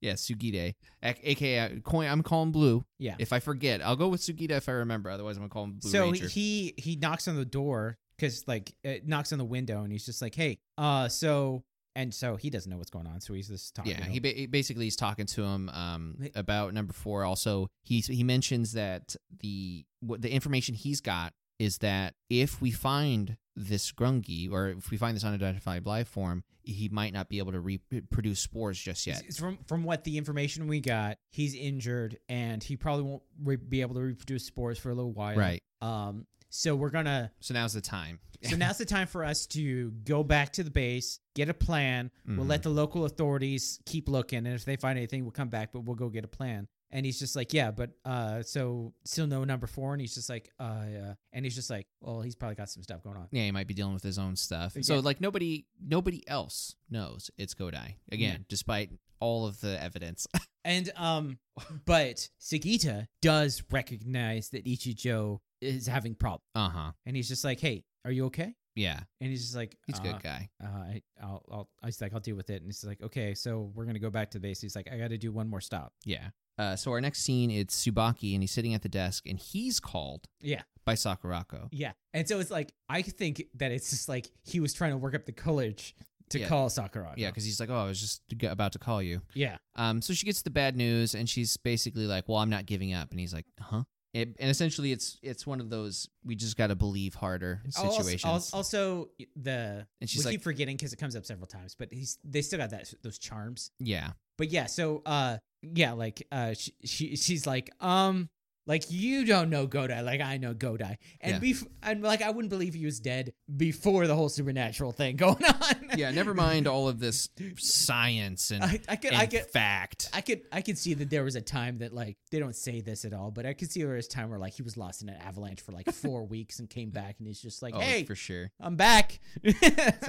Speaker 2: yeah, Sugide, a- aka coin. I'm calling Blue.
Speaker 1: yeah
Speaker 2: If I forget, I'll go with Sugita if I remember. Otherwise, I'm gonna call him Blue
Speaker 1: so
Speaker 2: Ranger.
Speaker 1: he he knocks on the door because like it knocks on the window and he's just like hey uh so and so he doesn't know what's going on so he's just talking
Speaker 2: yeah,
Speaker 1: to
Speaker 2: he
Speaker 1: him.
Speaker 2: ba- he basically is talking to him um,
Speaker 1: Like-
Speaker 2: about number four. Also, he he mentions that the what the information he's got is that if we find this grungy or if we find this unidentified life form, he might not be able to reproduce spores just yet.
Speaker 1: It's- it's from from what the information we got he's injured and he probably won't re- be able to reproduce spores for a little while
Speaker 2: Right.
Speaker 1: um so we're gonna
Speaker 2: So now's the time.
Speaker 1: So now's the time for us to go back to the base, get a plan. We'll
Speaker 2: Mhm.
Speaker 1: let the local authorities keep looking, and if they find anything, we'll come back. But we'll go get a plan. And he's just like, yeah, but uh, so still no number four, and he's just like, uh, yeah. and he's just like, well, he's probably got some stuff going on.
Speaker 2: Yeah, he might be dealing with his own stuff. So
Speaker 1: Yeah.
Speaker 2: like nobody nobody else knows it's Godai again, despite all of the evidence. [LAUGHS]
Speaker 1: And um, but Sagita does recognize that Ichijo is having problems,
Speaker 2: uh huh.
Speaker 1: and he's just like, hey, are you okay?
Speaker 2: Yeah,
Speaker 1: And he's just like,
Speaker 2: he's a
Speaker 1: "Uh,
Speaker 2: good guy.
Speaker 1: uh, I, I'll, I'll, I was like, I'll deal with it. And he's like, okay, so we're gonna go back to the base. He's like, I got to do one more stop.
Speaker 2: Yeah. Uh, so our next scene, it's Subaki, and he's sitting at the desk, and he's called
Speaker 1: Yeah,
Speaker 2: by Sakurako.
Speaker 1: yeah. And so it's like, I think that it's just like he was trying to work up the courage to
Speaker 2: Yeah.
Speaker 1: call Sakuragi.
Speaker 2: Yeah, because he's like, "Oh, I was just g- about to call you."
Speaker 1: yeah,
Speaker 2: Um, so she gets the bad news, and she's basically like, "Well, I'm not giving up," and he's like, "Huh?" It, and essentially, it's it's one of those we just got to believe harder
Speaker 1: Al-
Speaker 2: situations.
Speaker 1: al- Also, the
Speaker 2: And she's
Speaker 1: we
Speaker 2: like-
Speaker 1: keep forgetting because it comes up several times, but he's they still got that those charms. [LAUGHS]
Speaker 2: yeah,
Speaker 1: But yeah, so uh, yeah, like uh, she, she she's like um. Like you don't know Godai, like I know Godai, and
Speaker 2: Yeah.
Speaker 1: bef- and like I wouldn't believe he was dead before the whole supernatural thing [LAUGHS] going on.
Speaker 2: Yeah,
Speaker 1: [LAUGHS]
Speaker 2: never mind all of this science and,
Speaker 1: I, I could,
Speaker 2: and
Speaker 1: I could,
Speaker 2: fact.
Speaker 1: I could, I could see that there was a time that like they don't say this at all, but I could see there was a time where like he was lost in an avalanche for
Speaker 2: [LAUGHS]
Speaker 1: like four weeks and came back, and he's just like,
Speaker 2: oh,
Speaker 1: "Hey,
Speaker 2: for sure.
Speaker 1: I'm back."
Speaker 2: It's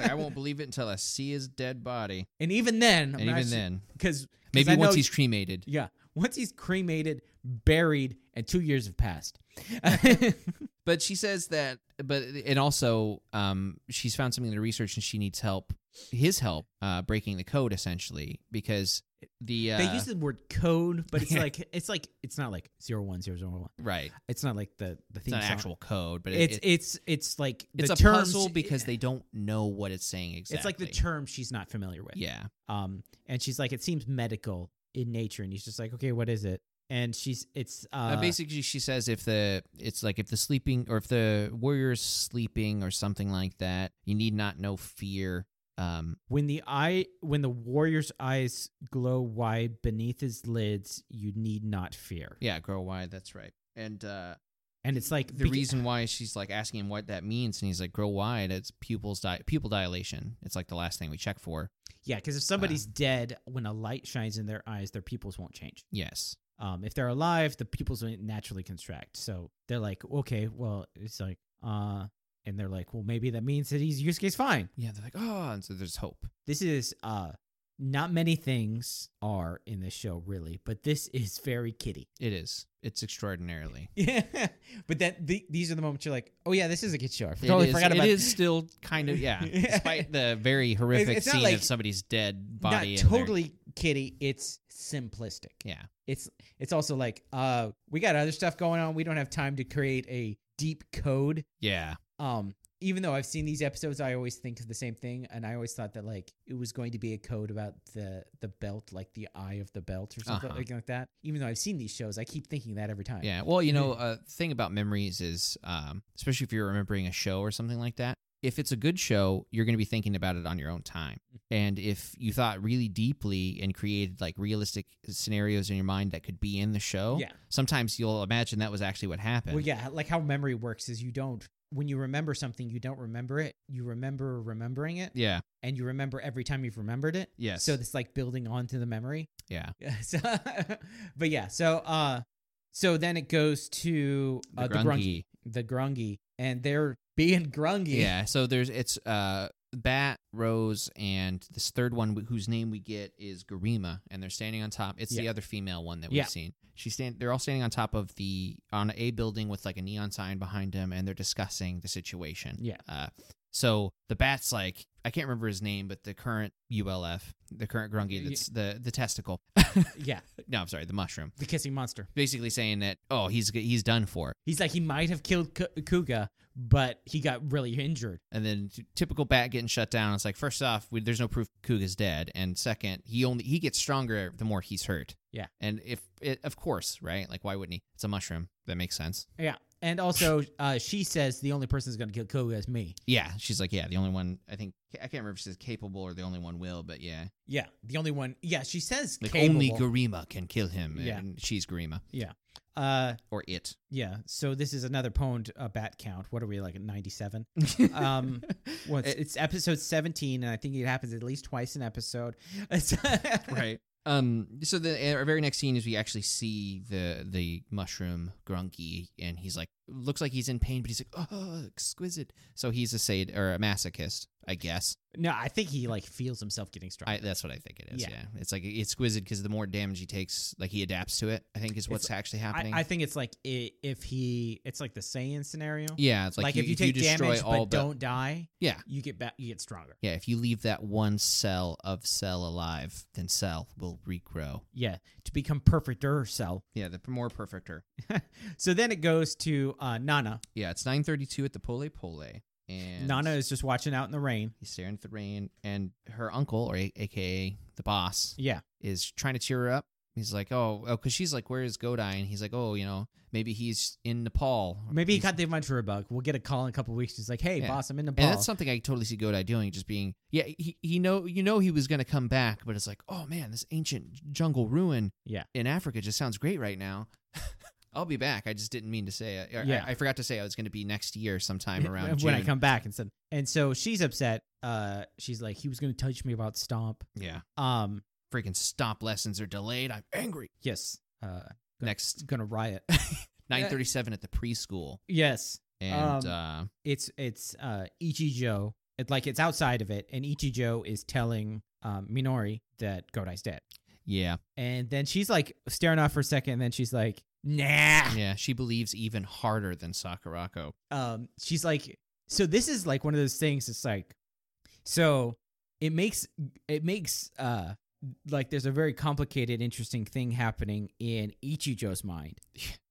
Speaker 1: [LAUGHS]
Speaker 2: like, I won't believe it until I see his dead body.
Speaker 1: and even then,
Speaker 2: And even then,
Speaker 1: because
Speaker 2: maybe once
Speaker 1: know,
Speaker 2: he's cremated.
Speaker 1: yeah, once he's cremated, buried, and two years have
Speaker 2: [LAUGHS]
Speaker 1: passed. [LAUGHS]
Speaker 2: But she says that, but and also, um, she's found something in the research and she needs help, his help, uh, breaking the code essentially because the uh,
Speaker 1: they use the word code, but it's like it's like it's not like zero one zero zero one.
Speaker 2: right.
Speaker 1: It's not like the the
Speaker 2: It's
Speaker 1: theme
Speaker 2: not
Speaker 1: song.
Speaker 2: actual code, but it-
Speaker 1: It's
Speaker 2: it-
Speaker 1: it's it's like
Speaker 2: it's
Speaker 1: the
Speaker 2: a
Speaker 1: terms-
Speaker 2: puzzle because they don't know what it's saying exactly.
Speaker 1: It's like the term she's not familiar with.
Speaker 2: Yeah,
Speaker 1: Um, and she's like, it seems medical in nature, and he's just like, okay, what is it? And she's it's uh,
Speaker 2: Uh, basically, she says if the it's like if the sleeping or if the warrior is sleeping or something like that, you need not know fear. Um,
Speaker 1: when the eye when the warrior's eyes glow wide beneath his lids, you need not fear.
Speaker 2: yeah, grow wide. That's right. And uh,
Speaker 1: And it's like
Speaker 2: the
Speaker 1: bec-
Speaker 2: reason why she's like asking him what that means, and he's like, "Grow wide." It's pupils di- pupil dilation. It's like the last thing we check for.
Speaker 1: yeah, because if somebody's dead, when a light shines in their eyes, their pupils won't change.
Speaker 2: Yes.
Speaker 1: Um, if they're alive, the pupils will naturally contract. So they're like, okay, well, it's like, uh, and they're like, well, maybe that means that he's Yusuke's fine.
Speaker 2: Yeah, they're like, "Oh," and so there's hope.
Speaker 1: This is, uh, not many things are in this show, really, but this is very kitty.
Speaker 2: It is. It's extraordinarily.
Speaker 1: Yeah. [LAUGHS] but that the, these are the moments you're like, oh, yeah, this is a kid show. I
Speaker 2: It
Speaker 1: totally
Speaker 2: is-
Speaker 1: forgot about
Speaker 2: it is still kind of [LAUGHS] yeah, despite the very horrific
Speaker 1: it's not
Speaker 2: scene
Speaker 1: like-
Speaker 2: of somebody's dead
Speaker 1: Not
Speaker 2: body. and their-
Speaker 1: totally kitty. It's simplistic.
Speaker 2: Yeah.
Speaker 1: It's it's also like, uh, we got other stuff going on. We don't have time to create a deep code
Speaker 2: Yeah.
Speaker 1: um even though i've seen these episodes i always think of the same thing and i always thought that like it was going to be a code about the the belt like the eye of the belt or something
Speaker 2: Uh-huh.
Speaker 1: like, like that even though i've seen these shows i keep thinking that every time
Speaker 2: Yeah. Well, you know,
Speaker 1: Yeah.
Speaker 2: uh, thing about memories is, um, especially if you're remembering a show or something like that, if it's a good show, you're going to be thinking about it on your own time.
Speaker 1: Mm-hmm.
Speaker 2: And if you thought really deeply and created like realistic scenarios in your mind that could be in the show,
Speaker 1: yeah
Speaker 2: sometimes you'll imagine that was actually what happened.
Speaker 1: well yeah like how memory works is you don't when you remember something you don't remember it you remember remembering it
Speaker 2: Yeah.
Speaker 1: and you remember every time you've remembered it
Speaker 2: Yes.
Speaker 1: so it's like building onto the memory [LAUGHS]
Speaker 2: yeah.
Speaker 1: Yeah, so, but yeah so uh so then it goes to
Speaker 2: The
Speaker 1: uh,
Speaker 2: grungy.
Speaker 1: the grungy and they're being grungy
Speaker 2: Yeah. So there's, it's, uh, Bat, Rose, and this third one wh- whose name we get is Garima, and they're standing on top. It's the
Speaker 1: Yeah.
Speaker 2: other female one that we've
Speaker 1: Yeah.
Speaker 2: seen. She stand. They're all standing on top of the on a building with like a neon sign behind them, and they're discussing the situation.
Speaker 1: Yeah.
Speaker 2: Uh, so the bat's like I can't remember his name, but the current ULF, the current
Speaker 1: Y-
Speaker 2: Grungy,
Speaker 1: y-
Speaker 2: that's the the testicle.
Speaker 1: yeah
Speaker 2: no, I'm sorry, the mushroom.
Speaker 1: the kissing monster
Speaker 2: Basically saying that oh he's g- he's done for.
Speaker 1: he's like he might have killed K- kuga but he got really injured
Speaker 2: And then t- typical bat getting shut down. It's like first off, we, there's no proof Kuga's dead, and second, he only he gets stronger the more he's hurt.
Speaker 1: Yeah.
Speaker 2: and if it, of course, right? Like why wouldn't he? It's a mushroom. That makes sense.
Speaker 1: yeah and also uh, she says the only person who's going to kill kuga is me
Speaker 2: Yeah, she's like, yeah, the only one I think I can't remember if she says capable or the only one will, but yeah,
Speaker 1: yeah the only one yeah she says
Speaker 2: like
Speaker 1: capable.
Speaker 2: only Garima can kill him.
Speaker 1: Yeah.
Speaker 2: and she's Garima
Speaker 1: uh
Speaker 2: or it.
Speaker 1: yeah so this is another pwned uh, bat count what are we like at 97 [LAUGHS]
Speaker 2: [LAUGHS]
Speaker 1: Um, well, it's,
Speaker 2: It-
Speaker 1: it's episode 17 and i think it happens at least twice an episode [LAUGHS] It's-
Speaker 2: right. Um. So the our very next scene is we actually see the the mushroom grunky, and he's like, looks like he's in pain, but he's like, oh, exquisite. So he's a sad or a masochist, I guess.
Speaker 1: no i think he like feels himself getting stronger
Speaker 2: I, that's what I think it is.
Speaker 1: Yeah.
Speaker 2: Yeah. It's like exquisite because the more damage he takes, like he adapts to it. I think is what's actually happening.
Speaker 1: I, I think it's like i if he, it's like the Saiyan scenario.
Speaker 2: yeah. It's like,
Speaker 1: like, if you, take
Speaker 2: destroy
Speaker 1: damage
Speaker 2: all
Speaker 1: but
Speaker 2: but-
Speaker 1: don't die,
Speaker 2: Yeah.
Speaker 1: you get back, you get stronger.
Speaker 2: Yeah. If you leave that one cell of cell alive, then cell will regrow.
Speaker 1: Yeah, to become perfecter cell.
Speaker 2: Yeah. The more perfecter.
Speaker 1: So then it goes to uh, Nana.
Speaker 2: Yeah. It's nine thirty two at the Pole Pole. And
Speaker 1: Nana is just watching out in the rain.
Speaker 2: He's staring at the rain, and her uncle, or a- aka the boss,
Speaker 1: Yeah,
Speaker 2: is trying to cheer her up. He's like, "Oh, oh," because she's like, "Where is Godai?" And he's like, "Oh, you know, maybe he's in Nepal.
Speaker 1: maybe he
Speaker 2: Oh, He's-
Speaker 1: got the adventurer bug. We'll get a call in a couple weeks. He's like, "Hey,
Speaker 2: Yeah.
Speaker 1: boss, I'm in the
Speaker 2: And that's something I totally see Godai doing, just being, yeah, he, he know you know he was gonna come back, but it's like, oh man, this ancient jungle ruin,
Speaker 1: Yeah.
Speaker 2: in Africa just sounds great right now. [LAUGHS] I'll be back. I just didn't mean to say it. Or,
Speaker 1: Yeah.
Speaker 2: I, I forgot to say I was going to be next
Speaker 1: [LAUGHS]
Speaker 2: year sometime around
Speaker 1: when I
Speaker 2: June.
Speaker 1: come back and stuff. And so she's upset. Uh, she's like, he was going to touch me about Stomp.
Speaker 2: Yeah.
Speaker 1: Um,
Speaker 2: Freaking stop lessons are delayed. I'm angry.
Speaker 1: yes. Uh,
Speaker 2: Next
Speaker 1: going to riot.
Speaker 2: 9:37 at the preschool
Speaker 1: yes.
Speaker 2: and
Speaker 1: Um,
Speaker 2: uh
Speaker 1: It's it's uh Ichijo. It like it's outside of it, and Ichijo is telling um, Minori that Godai's dead.
Speaker 2: yeah.
Speaker 1: And then she's like staring off for a second, and then she's like, "Nah."
Speaker 2: Yeah, she believes even harder than Sakurako.
Speaker 1: um she's like so this is like one of those things it's like so it makes it makes uh like there's a very complicated interesting thing happening in ichijo's mind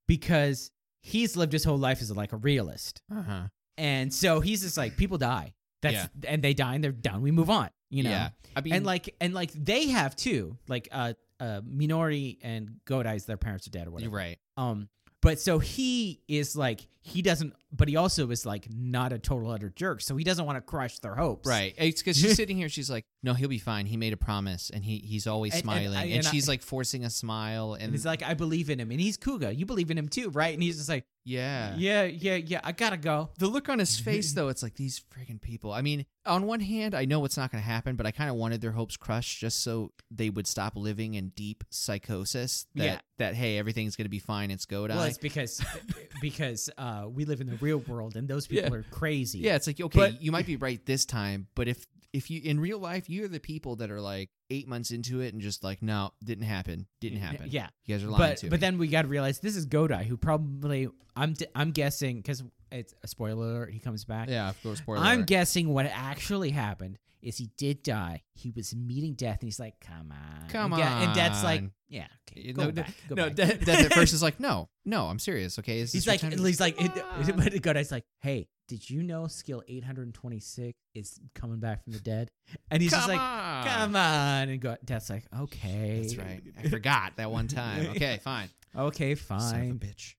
Speaker 1: because he's lived his whole life as like a realist
Speaker 2: Uh-huh.
Speaker 1: and so he's just like people die that's and they die and they're done we move on you know
Speaker 2: Yeah. I mean
Speaker 1: and like and like they have too like uh uh minori and godai's their parents are dead or whatever
Speaker 2: you're right.
Speaker 1: um, but so he is like he doesn't, but he also is like not a total utter jerk. So he doesn't want to crush their hopes.
Speaker 2: Right. It's because she's sitting here. She's like, no, he'll be fine. He made a promise, and he he's always
Speaker 1: And- and
Speaker 2: smiling. And,
Speaker 1: I- and I-
Speaker 2: she's like forcing a smile, and,
Speaker 1: And he's like, I believe in him, and he's Kuga. You believe in him too, right? And he's just like,
Speaker 2: yeah.
Speaker 1: yeah, yeah, yeah. I gotta go.
Speaker 2: The look on
Speaker 1: [LAUGHS]
Speaker 2: his face, though, it's like these friggin' people. I mean, on one hand, I know it's not going to happen, but I kind of wanted their hopes crushed just so they would stop living in deep psychosis. That,
Speaker 1: Yeah.
Speaker 2: That hey, everything's going to be fine. It's Godai.
Speaker 1: Well, it's because [LAUGHS] because uh, we live in the real world, and those people
Speaker 2: Yeah.
Speaker 1: are crazy.
Speaker 2: Yeah, it's like okay,
Speaker 1: But-
Speaker 2: you might be right this time, but if if you in real life, you're the people that are like eight months into it and just like, no, didn't happen, didn't happen.
Speaker 1: Yeah,
Speaker 2: you guys are lying
Speaker 1: but
Speaker 2: to
Speaker 1: but
Speaker 2: me.
Speaker 1: then we got to realize this is Godai, who probably I'm d- I'm guessing because it's a spoiler alert. He comes back.
Speaker 2: yeah, of course, spoiler.
Speaker 1: I'm
Speaker 2: alert.
Speaker 1: guessing what actually happened is he did die. He was meeting death, and he's like, "Come on,
Speaker 2: Come
Speaker 1: and Ga- And Dad's like,
Speaker 2: on.
Speaker 1: "Yeah, okay,
Speaker 2: You
Speaker 1: go
Speaker 2: know,
Speaker 1: back, go
Speaker 2: no,
Speaker 1: back."
Speaker 2: that, [LAUGHS] that at first is like, no, no, I'm serious. Okay,
Speaker 1: [LAUGHS]
Speaker 2: is
Speaker 1: he's
Speaker 2: this
Speaker 1: like,
Speaker 2: your time? Ah,
Speaker 1: he's like, it,
Speaker 2: Come
Speaker 1: [LAUGHS]
Speaker 2: on.
Speaker 1: but the guy's like, "Hey, did you know skill 826 is coming back from the dead?" And he's just
Speaker 2: Come
Speaker 1: like,
Speaker 2: on.
Speaker 1: "Come on," and go, Dad's like, "Okay,
Speaker 2: That's right. I forgot that one time. Okay, fine.
Speaker 1: [LAUGHS] okay,
Speaker 2: Son of a
Speaker 1: fine."
Speaker 2: bitch.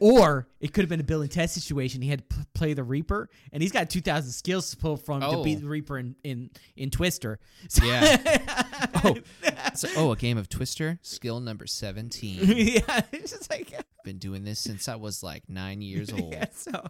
Speaker 1: or it could have been a Bill and Ted situation. He had to p- play the Reaper, and he's got 2,000 skills to pull from to
Speaker 2: Oh.
Speaker 1: beat the Reaper in in, in Twister. [LAUGHS] So-
Speaker 2: Yeah. Oh. So, oh, a game of Twister, skill
Speaker 1: [LAUGHS]
Speaker 2: number seventeen.
Speaker 1: [LAUGHS] yeah, it's just like
Speaker 2: Been doing this since I was like nine years
Speaker 1: [LAUGHS]
Speaker 2: old.
Speaker 1: yeah. So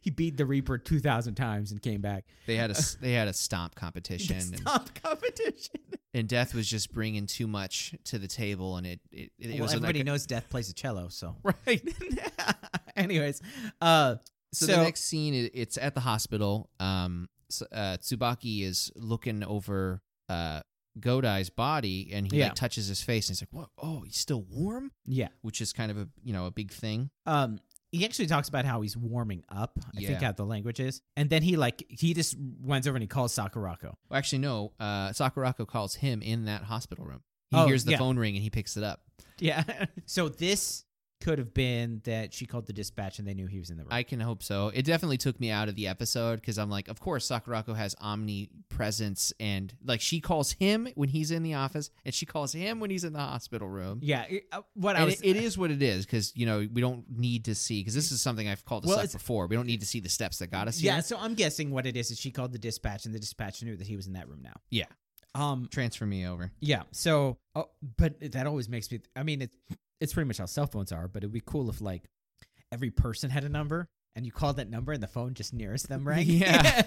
Speaker 1: he beat the Reaper two thousand times and came back.
Speaker 2: They had a s- they had a
Speaker 1: [LAUGHS]
Speaker 2: stomp competition, and,
Speaker 1: Stop competition.
Speaker 2: and Death was just bringing too much to the table, and it it, it,
Speaker 1: well,
Speaker 2: was
Speaker 1: everybody
Speaker 2: like
Speaker 1: knows Death plays a cello, so.
Speaker 2: a, right.
Speaker 1: [LAUGHS] Anyways, uh,
Speaker 2: So,
Speaker 1: so,
Speaker 2: the next scene, i- it's at the hospital. Um, s- uh, Tsubaki is looking over uh Godai's body, and he
Speaker 1: Yeah.
Speaker 2: like, touches his face, and he's like, "What? Oh, he's still warm,"
Speaker 1: yeah,
Speaker 2: which is kind of a you know a big thing.
Speaker 1: um, he actually talks about how he's warming up. I
Speaker 2: Yeah.
Speaker 1: think how the language is, and then he like he just runs over and he calls Sakurako.
Speaker 2: Well, actually, no. Uh, Sakurako calls him in that hospital room. He
Speaker 1: Oh,
Speaker 2: hears the
Speaker 1: yeah.
Speaker 2: phone ring, and he picks it up.
Speaker 1: Yeah. [LAUGHS] so this could have been that she called the dispatch and they knew he was in the room.
Speaker 2: I can hope so. It definitely took me out of the episode because I'm like, of course, Sakurako has omnipresence, and like she calls him when he's in the office, and she calls him when he's in the hospital room.
Speaker 1: yeah. it- uh, what I
Speaker 2: And
Speaker 1: was
Speaker 2: it, it is what it is because you know we don't need to see because this is something I've called us
Speaker 1: Well,
Speaker 2: up
Speaker 1: it's-
Speaker 2: before. We don't need to see the steps that got us
Speaker 1: Yeah,
Speaker 2: here.
Speaker 1: so I'm guessing what it is is she called the dispatch and the dispatch knew that he was in that room now.
Speaker 2: Yeah.
Speaker 1: Um
Speaker 2: Transfer me over.
Speaker 1: yeah, so oh, but that always makes me I mean it's it's pretty much how cell phones are, but it would be cool if like every person had a number and you called that number and the phone just nearest them rang.
Speaker 2: [LAUGHS]
Speaker 1: [LAUGHS]
Speaker 2: Yeah.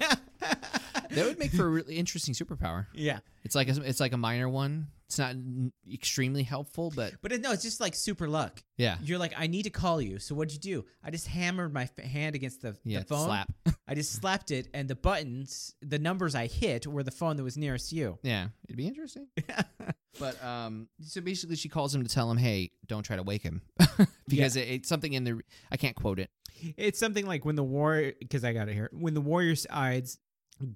Speaker 2: That would make for a really [LAUGHS] interesting superpower.
Speaker 1: Yeah.
Speaker 2: It's like a, it's like a minor one. It's not n- extremely helpful, but
Speaker 1: But it, no, it's just like super luck.
Speaker 2: yeah,
Speaker 1: You're like, I need to call you. So what'd you do? I just hammered my f- hand against the,
Speaker 2: yeah,
Speaker 1: the phone.
Speaker 2: slap.
Speaker 1: I just slapped it, and the buttons, the numbers I hit were the phone that was nearest you.
Speaker 2: Yeah, it'd be interesting. But um, so basically, she calls him to tell him, "Hey, don't try to wake him," [LAUGHS] because it, it's something in the. I can't quote it.
Speaker 1: It's something like when the war, because I got it here. When the warrior's eyes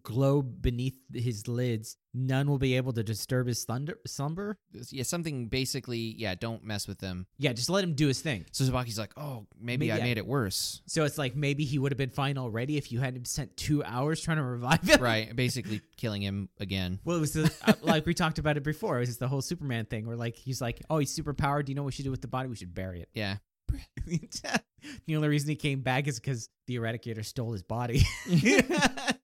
Speaker 1: glow beneath his lids, none will be able to disturb his thunder, slumber.
Speaker 2: It's- Yeah, something basically. Yeah, don't mess with them.
Speaker 1: Yeah, just let him do his thing.
Speaker 2: So Zabaki's like, "Oh, maybe,
Speaker 1: Maybe
Speaker 2: I
Speaker 1: I-
Speaker 2: made it worse."
Speaker 1: So it's like maybe he would have been fine already if you hadn't spent two hours trying to revive him.
Speaker 2: right, basically killing him again.
Speaker 1: [LAUGHS] Well, it was the, uh, like we talked about it before. It was just the whole Superman thing where like he's like, oh, he's super powered. Do you know what we should do with the body? We should bury
Speaker 2: Yeah,
Speaker 1: it. [LAUGHS] the only reason he came back is because the Eradicator stole his
Speaker 2: [LAUGHS]
Speaker 1: body [LAUGHS]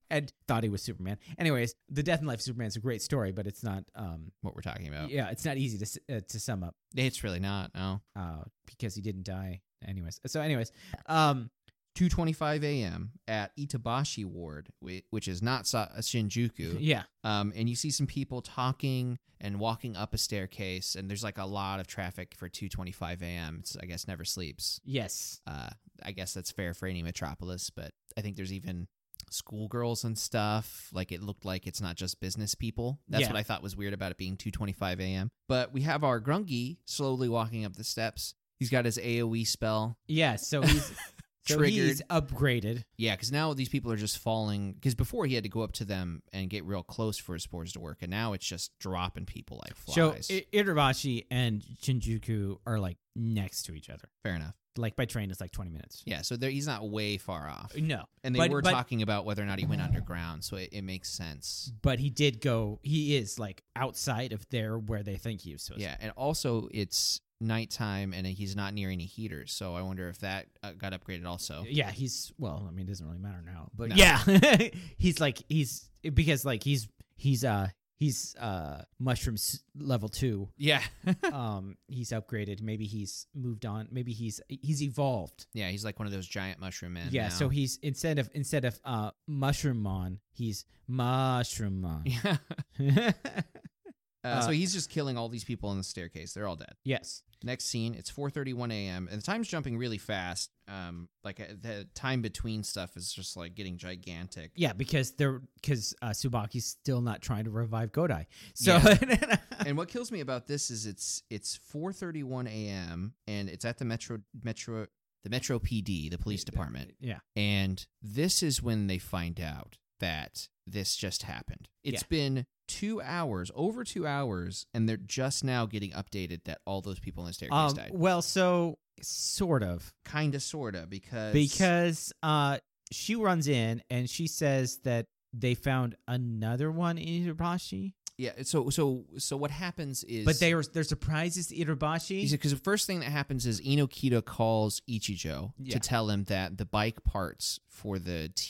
Speaker 1: and thought he was Superman. Anyways, the death and life of Superman is a great story, but it's not. Um,
Speaker 2: what we're talking about.
Speaker 1: Yeah, it's not easy to s- uh, to sum up
Speaker 2: It's really not. No.
Speaker 1: uh, because he didn't die. Anyways, so anyways, um,
Speaker 2: 2:25 a.m. at Itabashi Ward, whi- which is not Sa- Shinjuku.
Speaker 1: yeah,
Speaker 2: Um, and you see some people talking and walking up a staircase, and there's like a lot of traffic for 2:25 a.m. It's I guess never sleeps.
Speaker 1: yes,
Speaker 2: Uh, I guess that's fair for any metropolis, but I think there's even schoolgirls and stuff. Like it looked like it's not just business people. That's
Speaker 1: Yeah.
Speaker 2: what I thought was weird about it being 2:25 a.m. But we have our Grungy slowly walking up the steps. He's got his AOE spell.
Speaker 1: yeah. So
Speaker 2: [LAUGHS]
Speaker 1: he's so
Speaker 2: Triggered.
Speaker 1: he's upgraded.
Speaker 2: Yeah, because now these people are just falling. Because before he had to go up to them and get real close for his spores to work, and now it's just dropping people like flies.
Speaker 1: So I- Itabashi and Shinjuku are like next to each other.
Speaker 2: Fair enough.
Speaker 1: Like by train, it's like twenty minutes.
Speaker 2: Yeah, so there- he's not way far off.
Speaker 1: No,
Speaker 2: And they
Speaker 1: but-
Speaker 2: were
Speaker 1: but-
Speaker 2: talking about whether or not he went underground, so it, it makes sense.
Speaker 1: but he did go. He is like outside of there where they think he was supposed.
Speaker 2: Yeah, and also it's nighttime, and he's not near any heaters, so I wonder if that uh, got upgraded also.
Speaker 1: to. Yeah, he's well. I mean, it doesn't really matter now. But
Speaker 2: No.
Speaker 1: yeah, [LAUGHS] he's like he's because like he's he's uh he's uh mushroom s- level
Speaker 2: [LAUGHS]
Speaker 1: two.
Speaker 2: Yeah,
Speaker 1: um he's upgraded maybe he's moved on maybe he's he's evolved
Speaker 2: yeah, he's like one of those giant mushroom men.
Speaker 1: yeah
Speaker 2: now.
Speaker 1: so he's instead of instead of uh mushroomon he's mushroomon
Speaker 2: [LAUGHS]
Speaker 1: [LAUGHS]
Speaker 2: yeah. [LAUGHS] Uh,
Speaker 1: Uh,
Speaker 2: so he's just killing all these people on the staircase. They're all dead.
Speaker 1: yes
Speaker 2: Next scene, it's 4:31 a.m. and the time's jumping really fast. Um, like uh, the time between stuff is just like getting gigantic.
Speaker 1: yeah because they're because uh subaki's still not trying to revive godai so [LAUGHS]
Speaker 2: And what kills me about this is it's it's 4:31 a.m. and it's at the metro metro the metro PD, the police department,
Speaker 1: yeah
Speaker 2: and this is when they find out that this just happened. It's
Speaker 1: Yeah.
Speaker 2: been two hours, over two hours, and they're just now getting updated that all those people in the staircase
Speaker 1: um
Speaker 2: died.
Speaker 1: well so sort of
Speaker 2: Kinda, sorta, because
Speaker 1: because uh she runs in and she says that they found another one in Irabashi.
Speaker 2: yeah. So so so what happens is
Speaker 1: But they are they're surprises to Irabashi.
Speaker 2: Because the first thing that happens is Inokita calls Ichijo
Speaker 1: Yeah.
Speaker 2: to tell him that the bike parts for the T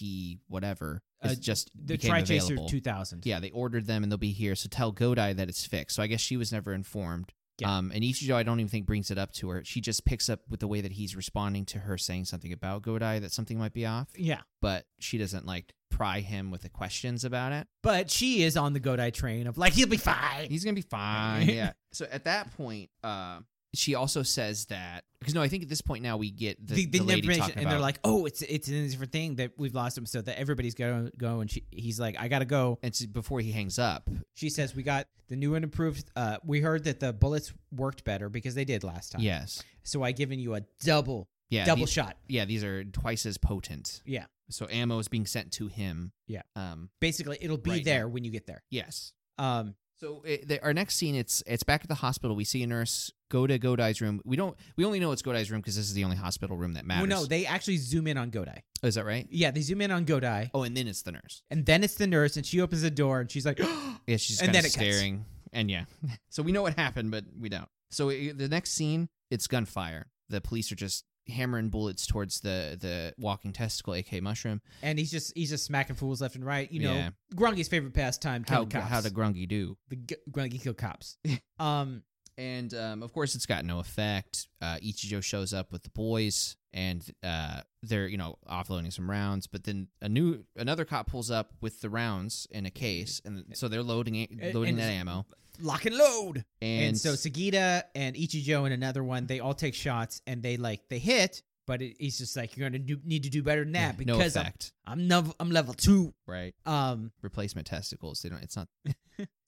Speaker 2: whatever
Speaker 1: Uh,
Speaker 2: is just
Speaker 1: the
Speaker 2: became
Speaker 1: Tri Chaser
Speaker 2: available.
Speaker 1: 2000.
Speaker 2: yeah, they ordered them and they'll be here. So tell Godai that it's fixed. So I guess she was never informed.
Speaker 1: Yeah.
Speaker 2: Um, and Ichijo, I don't even think brings it up to her. She just picks up with the way that he's responding to her saying something about Godai that something might be off,
Speaker 1: Yeah.
Speaker 2: but she doesn't like pry him with the questions about it.
Speaker 1: But she is on the Godai train of like, he'll be fine.
Speaker 2: He's gonna be fine. yeah. [LAUGHS] So at that point, uh, she also says that because no, I think at this point now we get the,
Speaker 1: The- the
Speaker 2: the lady
Speaker 1: information-
Speaker 2: talking
Speaker 1: and
Speaker 2: about,
Speaker 1: they're like, oh, it's it's a different thing that we've lost him, so that everybody's gonna go. And she, he's like, I gotta go.
Speaker 2: and it's before he hangs up.
Speaker 1: She says, we got the new and improved. Uh, we heard that the bullets worked better because they did last time.
Speaker 2: Yes.
Speaker 1: So I given you a double
Speaker 2: Yeah.
Speaker 1: double
Speaker 2: these,
Speaker 1: shot.
Speaker 2: yeah. These are twice as potent.
Speaker 1: Yeah.
Speaker 2: So ammo is being sent to him.
Speaker 1: Yeah.
Speaker 2: Um.
Speaker 1: Basically, it'll be
Speaker 2: Right.
Speaker 1: there when you get there.
Speaker 2: Yes.
Speaker 1: Um,
Speaker 2: So it, the, our next scene, it's it's back at the hospital. We see a nurse go to Godai's room. We don't. We only know it's Godai's room because this is the only hospital room that
Speaker 1: well,
Speaker 2: matters.
Speaker 1: no, they actually zoom in on Godai.
Speaker 2: oh, is that right?
Speaker 1: Yeah, they zoom in on Godai,
Speaker 2: Oh, and then it's the nurse.
Speaker 1: and then it's the nurse, and she opens the door, and she's like, [GASPS]
Speaker 2: Yeah, she's
Speaker 1: And
Speaker 2: kind
Speaker 1: then
Speaker 2: of
Speaker 1: it cuts.
Speaker 2: staring. And yeah. [LAUGHS] so we know what happened, but we don't. So i the next scene, it's gunfire. The police are just hammering bullets towards the the walking testicle, aka mushroom.
Speaker 1: and he's just he's just smacking fools left and right. You know,
Speaker 2: Yeah.
Speaker 1: Grungy's favorite pastime,
Speaker 2: How
Speaker 1: killing cops.
Speaker 2: how the grungy do?
Speaker 1: the g- Grungy kill cops. [LAUGHS] um,
Speaker 2: And um, of course, it's got no effect. Uh, Ichijo shows up with the boys, and uh, they're you know offloading some rounds. But then a new another cop pulls up with the rounds in a case, and so they're loading it-
Speaker 1: And-
Speaker 2: loading
Speaker 1: and-
Speaker 2: that ammo.
Speaker 1: lock and load.
Speaker 2: And,
Speaker 1: And, so Sagita and Ichijo and another one, they all take shots and they like they hit, but it, he's just like you're gonna do, need to do better than that
Speaker 2: no
Speaker 1: because I'm
Speaker 2: effect,
Speaker 1: I'm, nov- I'm level two.
Speaker 2: right?
Speaker 1: Um,
Speaker 2: Replacement testicles. They don't. It's not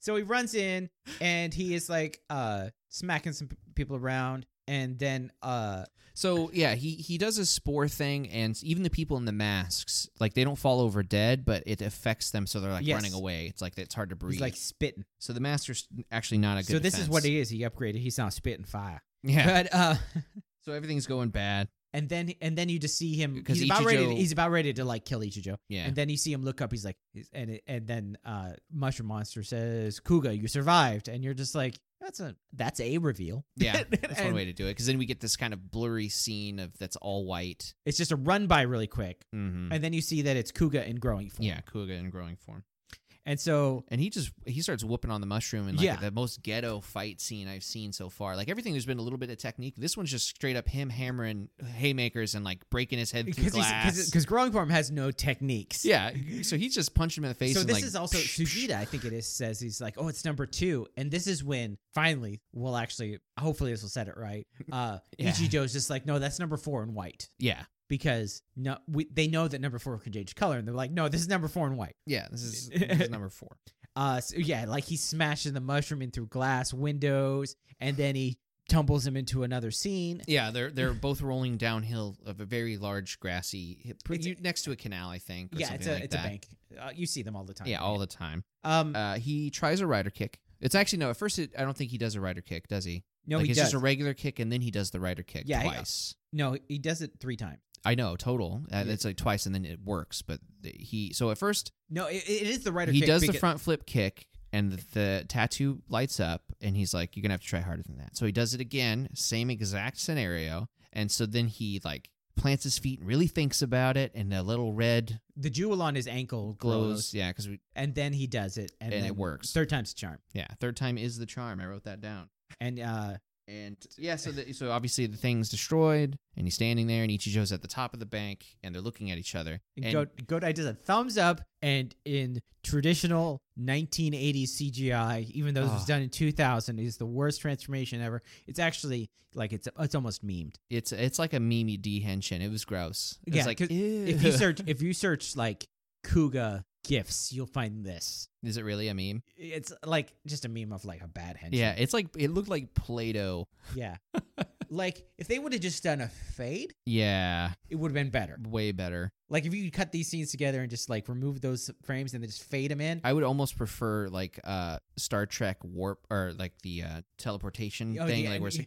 Speaker 1: so he runs in and he is like uh smacking some p- people around, and then uh
Speaker 2: So yeah, he he does a spore thing, and even the people in the masks, like they don't fall over dead, but it affects them, so they're like
Speaker 1: Yes.
Speaker 2: running away. It's like it's hard to breathe.
Speaker 1: he's like spitting.
Speaker 2: so the master's actually not a good.
Speaker 1: So this is what
Speaker 2: defense.
Speaker 1: it is. He upgraded. He's now spitting fire. [LAUGHS]
Speaker 2: [LAUGHS] yeah.
Speaker 1: But uh.
Speaker 2: So everything's going bad.
Speaker 1: And then and then you just see him
Speaker 2: 'Cause
Speaker 1: because he's about ready. To,
Speaker 2: Ichijo-
Speaker 1: he's about ready to like kill Ichijo.
Speaker 2: Yeah.
Speaker 1: And then you see him look up. He's like, he's- and it- and then uh, Mushroom Monster says, "Kuga, you survived." And you're just like, that's a that's a reveal.
Speaker 2: yeah, that's
Speaker 1: [LAUGHS]
Speaker 2: one
Speaker 1: And
Speaker 2: way to do it. Because then we get this kind of blurry scene of that's all white.
Speaker 1: It's just a run by really quick,
Speaker 2: Mm-hmm.
Speaker 1: and then you see that it's Kuga in growing form.
Speaker 2: Yeah, Kuga in growing form.
Speaker 1: And so
Speaker 2: And he just he starts whooping on the mushroom in like
Speaker 1: Yeah.
Speaker 2: the most ghetto fight scene I've seen so far. Like everything, there's been a little bit of technique. This one's just straight up him hammering haymakers and like breaking his head through
Speaker 1: because
Speaker 2: glass.
Speaker 1: because growing form has no techniques.
Speaker 2: yeah, so he's just punching him in the face.
Speaker 1: So
Speaker 2: and,
Speaker 1: this
Speaker 2: like,
Speaker 1: is also
Speaker 2: psh, psh.
Speaker 1: Sugita, I think it is, says he's like, oh, it's number two, and this is when finally we'll actually, hopefully this will set it right. Uh,
Speaker 2: [LAUGHS] Yeah.
Speaker 1: Ichijo's just like, no, that's number four in white
Speaker 2: Yeah,
Speaker 1: because no, we, they know that number four can change color, and they're like, no, this is number four in white.
Speaker 2: yeah. This is, this is number four.
Speaker 1: Uh, so yeah, like he's smashing the mushroom in through glass windows, and then he tumbles him into another scene.
Speaker 2: Yeah, they're they're both rolling downhill of a very large grassy pr-
Speaker 1: It's a-
Speaker 2: you- next to a canal, I think. Or
Speaker 1: yeah,
Speaker 2: something
Speaker 1: it's a
Speaker 2: like
Speaker 1: it's
Speaker 2: that.
Speaker 1: a bank. Uh, you see them all the time.
Speaker 2: Yeah, all the time.
Speaker 1: um,
Speaker 2: Uh, he tries a rider kick. It's actually no. At first, it, I don't think he does a rider kick, does he?
Speaker 1: no,
Speaker 2: like
Speaker 1: he
Speaker 2: it's
Speaker 1: does.
Speaker 2: just a regular kick, and then he does the rider kick
Speaker 1: Yeah, he-
Speaker 2: twice.
Speaker 1: no, he does it three times.
Speaker 2: I know total. Uh,
Speaker 1: Yeah.
Speaker 2: That's like twice, and then it works. But th- he so at first
Speaker 1: No, it, it is the writer.
Speaker 2: he
Speaker 1: kick
Speaker 2: does the
Speaker 1: because-
Speaker 2: front flip kick, and the, the tattoo lights up, and he's like, "You're gonna have to try harder than that." So he does it again, same exact scenario, and so then he like plants his feet and really thinks about it, and the little red
Speaker 1: the jewel on his ankle
Speaker 2: glows.
Speaker 1: glows,
Speaker 2: Yeah, because we
Speaker 1: and then he does it, and,
Speaker 2: And it
Speaker 1: then
Speaker 2: works.
Speaker 1: Third time's a charm,
Speaker 2: yeah third time is the charm. I wrote that down.
Speaker 1: and uh,
Speaker 2: And yeah, so the, so obviously the thing's destroyed, and he's standing there, and Ichijo's at the top of the bank, and they're looking at each other. And
Speaker 1: Go Godai does a thumbs up, and in traditional 1980s CGI, even though this was
Speaker 2: Ah.
Speaker 1: done in 2000, is the worst transformation ever. It's actually like it's it's almost
Speaker 2: [LAUGHS]
Speaker 1: memed.
Speaker 2: it's it's like a Mimi D henshin. It was gross. It was
Speaker 1: Yeah,
Speaker 2: like
Speaker 1: 'cause If you search if you search like Kuga gifts, you'll find this.
Speaker 2: [LAUGHS] is it really a meme?
Speaker 1: It's like just a meme of like a bad henchman.
Speaker 2: Yeah, it's like it looked like Play-Doh.
Speaker 1: yeah.
Speaker 2: [LAUGHS]
Speaker 1: like if they would have just done a fade,
Speaker 2: Yeah,
Speaker 1: it would have been better.
Speaker 2: way better.
Speaker 1: Like if you could cut these scenes together and just like remove those frames and then just fade them in.
Speaker 2: I would almost prefer like uh Star Trek warp or like the uh teleportation
Speaker 1: Oh,
Speaker 2: thing,
Speaker 1: yeah,
Speaker 2: like where it's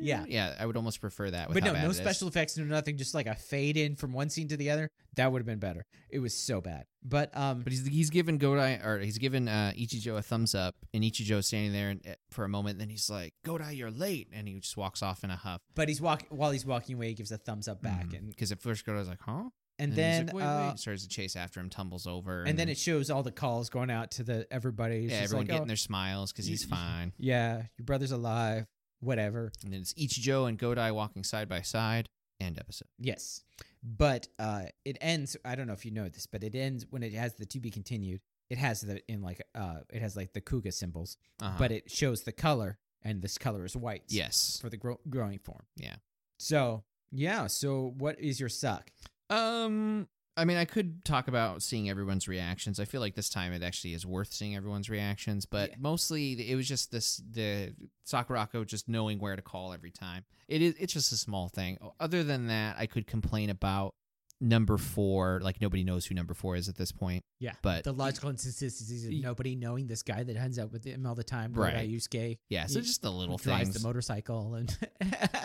Speaker 1: yeah.
Speaker 2: like yeah. I would almost prefer that. With
Speaker 1: but
Speaker 2: how
Speaker 1: no,
Speaker 2: bad
Speaker 1: no
Speaker 2: it is.
Speaker 1: special effects, no nothing, just like a fade in from one scene to the other. That would have been better. It was so bad. But um
Speaker 2: But he's he's given Godai or he's given uh, Ichijo a thumbs up, and Ichijo's standing there and, eh, for a moment. Then he's like, "Godai, you're late," and he just walks off in a huff.
Speaker 1: but he's walk while he's walking away, he gives a thumbs up back and
Speaker 2: because at first Godai's like,
Speaker 1: and
Speaker 2: "Huh," Mm-hmm. he's
Speaker 1: then
Speaker 2: like, wait,
Speaker 1: uh,
Speaker 2: wait," starts to chase after him, tumbles over,
Speaker 1: and then it shows all the calls going out to the everybody. It's
Speaker 2: yeah,
Speaker 1: just
Speaker 2: everyone
Speaker 1: like,
Speaker 2: getting
Speaker 1: oh,
Speaker 2: their smiles because
Speaker 1: you-
Speaker 2: he's fine.
Speaker 1: Yeah, your brother's alive. Whatever.
Speaker 2: And then it's Ichijo and Godai walking side by side. End episode.
Speaker 1: Yes. But uh it ends I don't know if you know this, but it ends when it has the to be continued. It has the in like uh it has like the Kuga symbols.
Speaker 2: Uh-huh.
Speaker 1: but it shows the color, and this color is white.
Speaker 2: yes,
Speaker 1: for the grow- growing form.
Speaker 2: Yeah.
Speaker 1: So yeah. So what is your suck?
Speaker 2: um. I mean, I could talk about seeing everyone's reactions. I feel like this time it actually is worth seeing everyone's reactions, but
Speaker 1: Yeah.
Speaker 2: mostly it was just this the Sakurako just knowing where to call every time. It is it's just a small thing. Other than that, I could complain about number 4, like nobody knows who number 4 is at this point.
Speaker 1: Yeah.
Speaker 2: But
Speaker 1: The logical inconsistencies of
Speaker 2: Y-
Speaker 1: nobody knowing this guy that hangs out with him all the time,
Speaker 2: Right.
Speaker 1: right? Yusuke
Speaker 2: yeah, so
Speaker 1: he-
Speaker 2: just the little
Speaker 1: who drives
Speaker 2: things.
Speaker 1: the motorcycle, and [LAUGHS]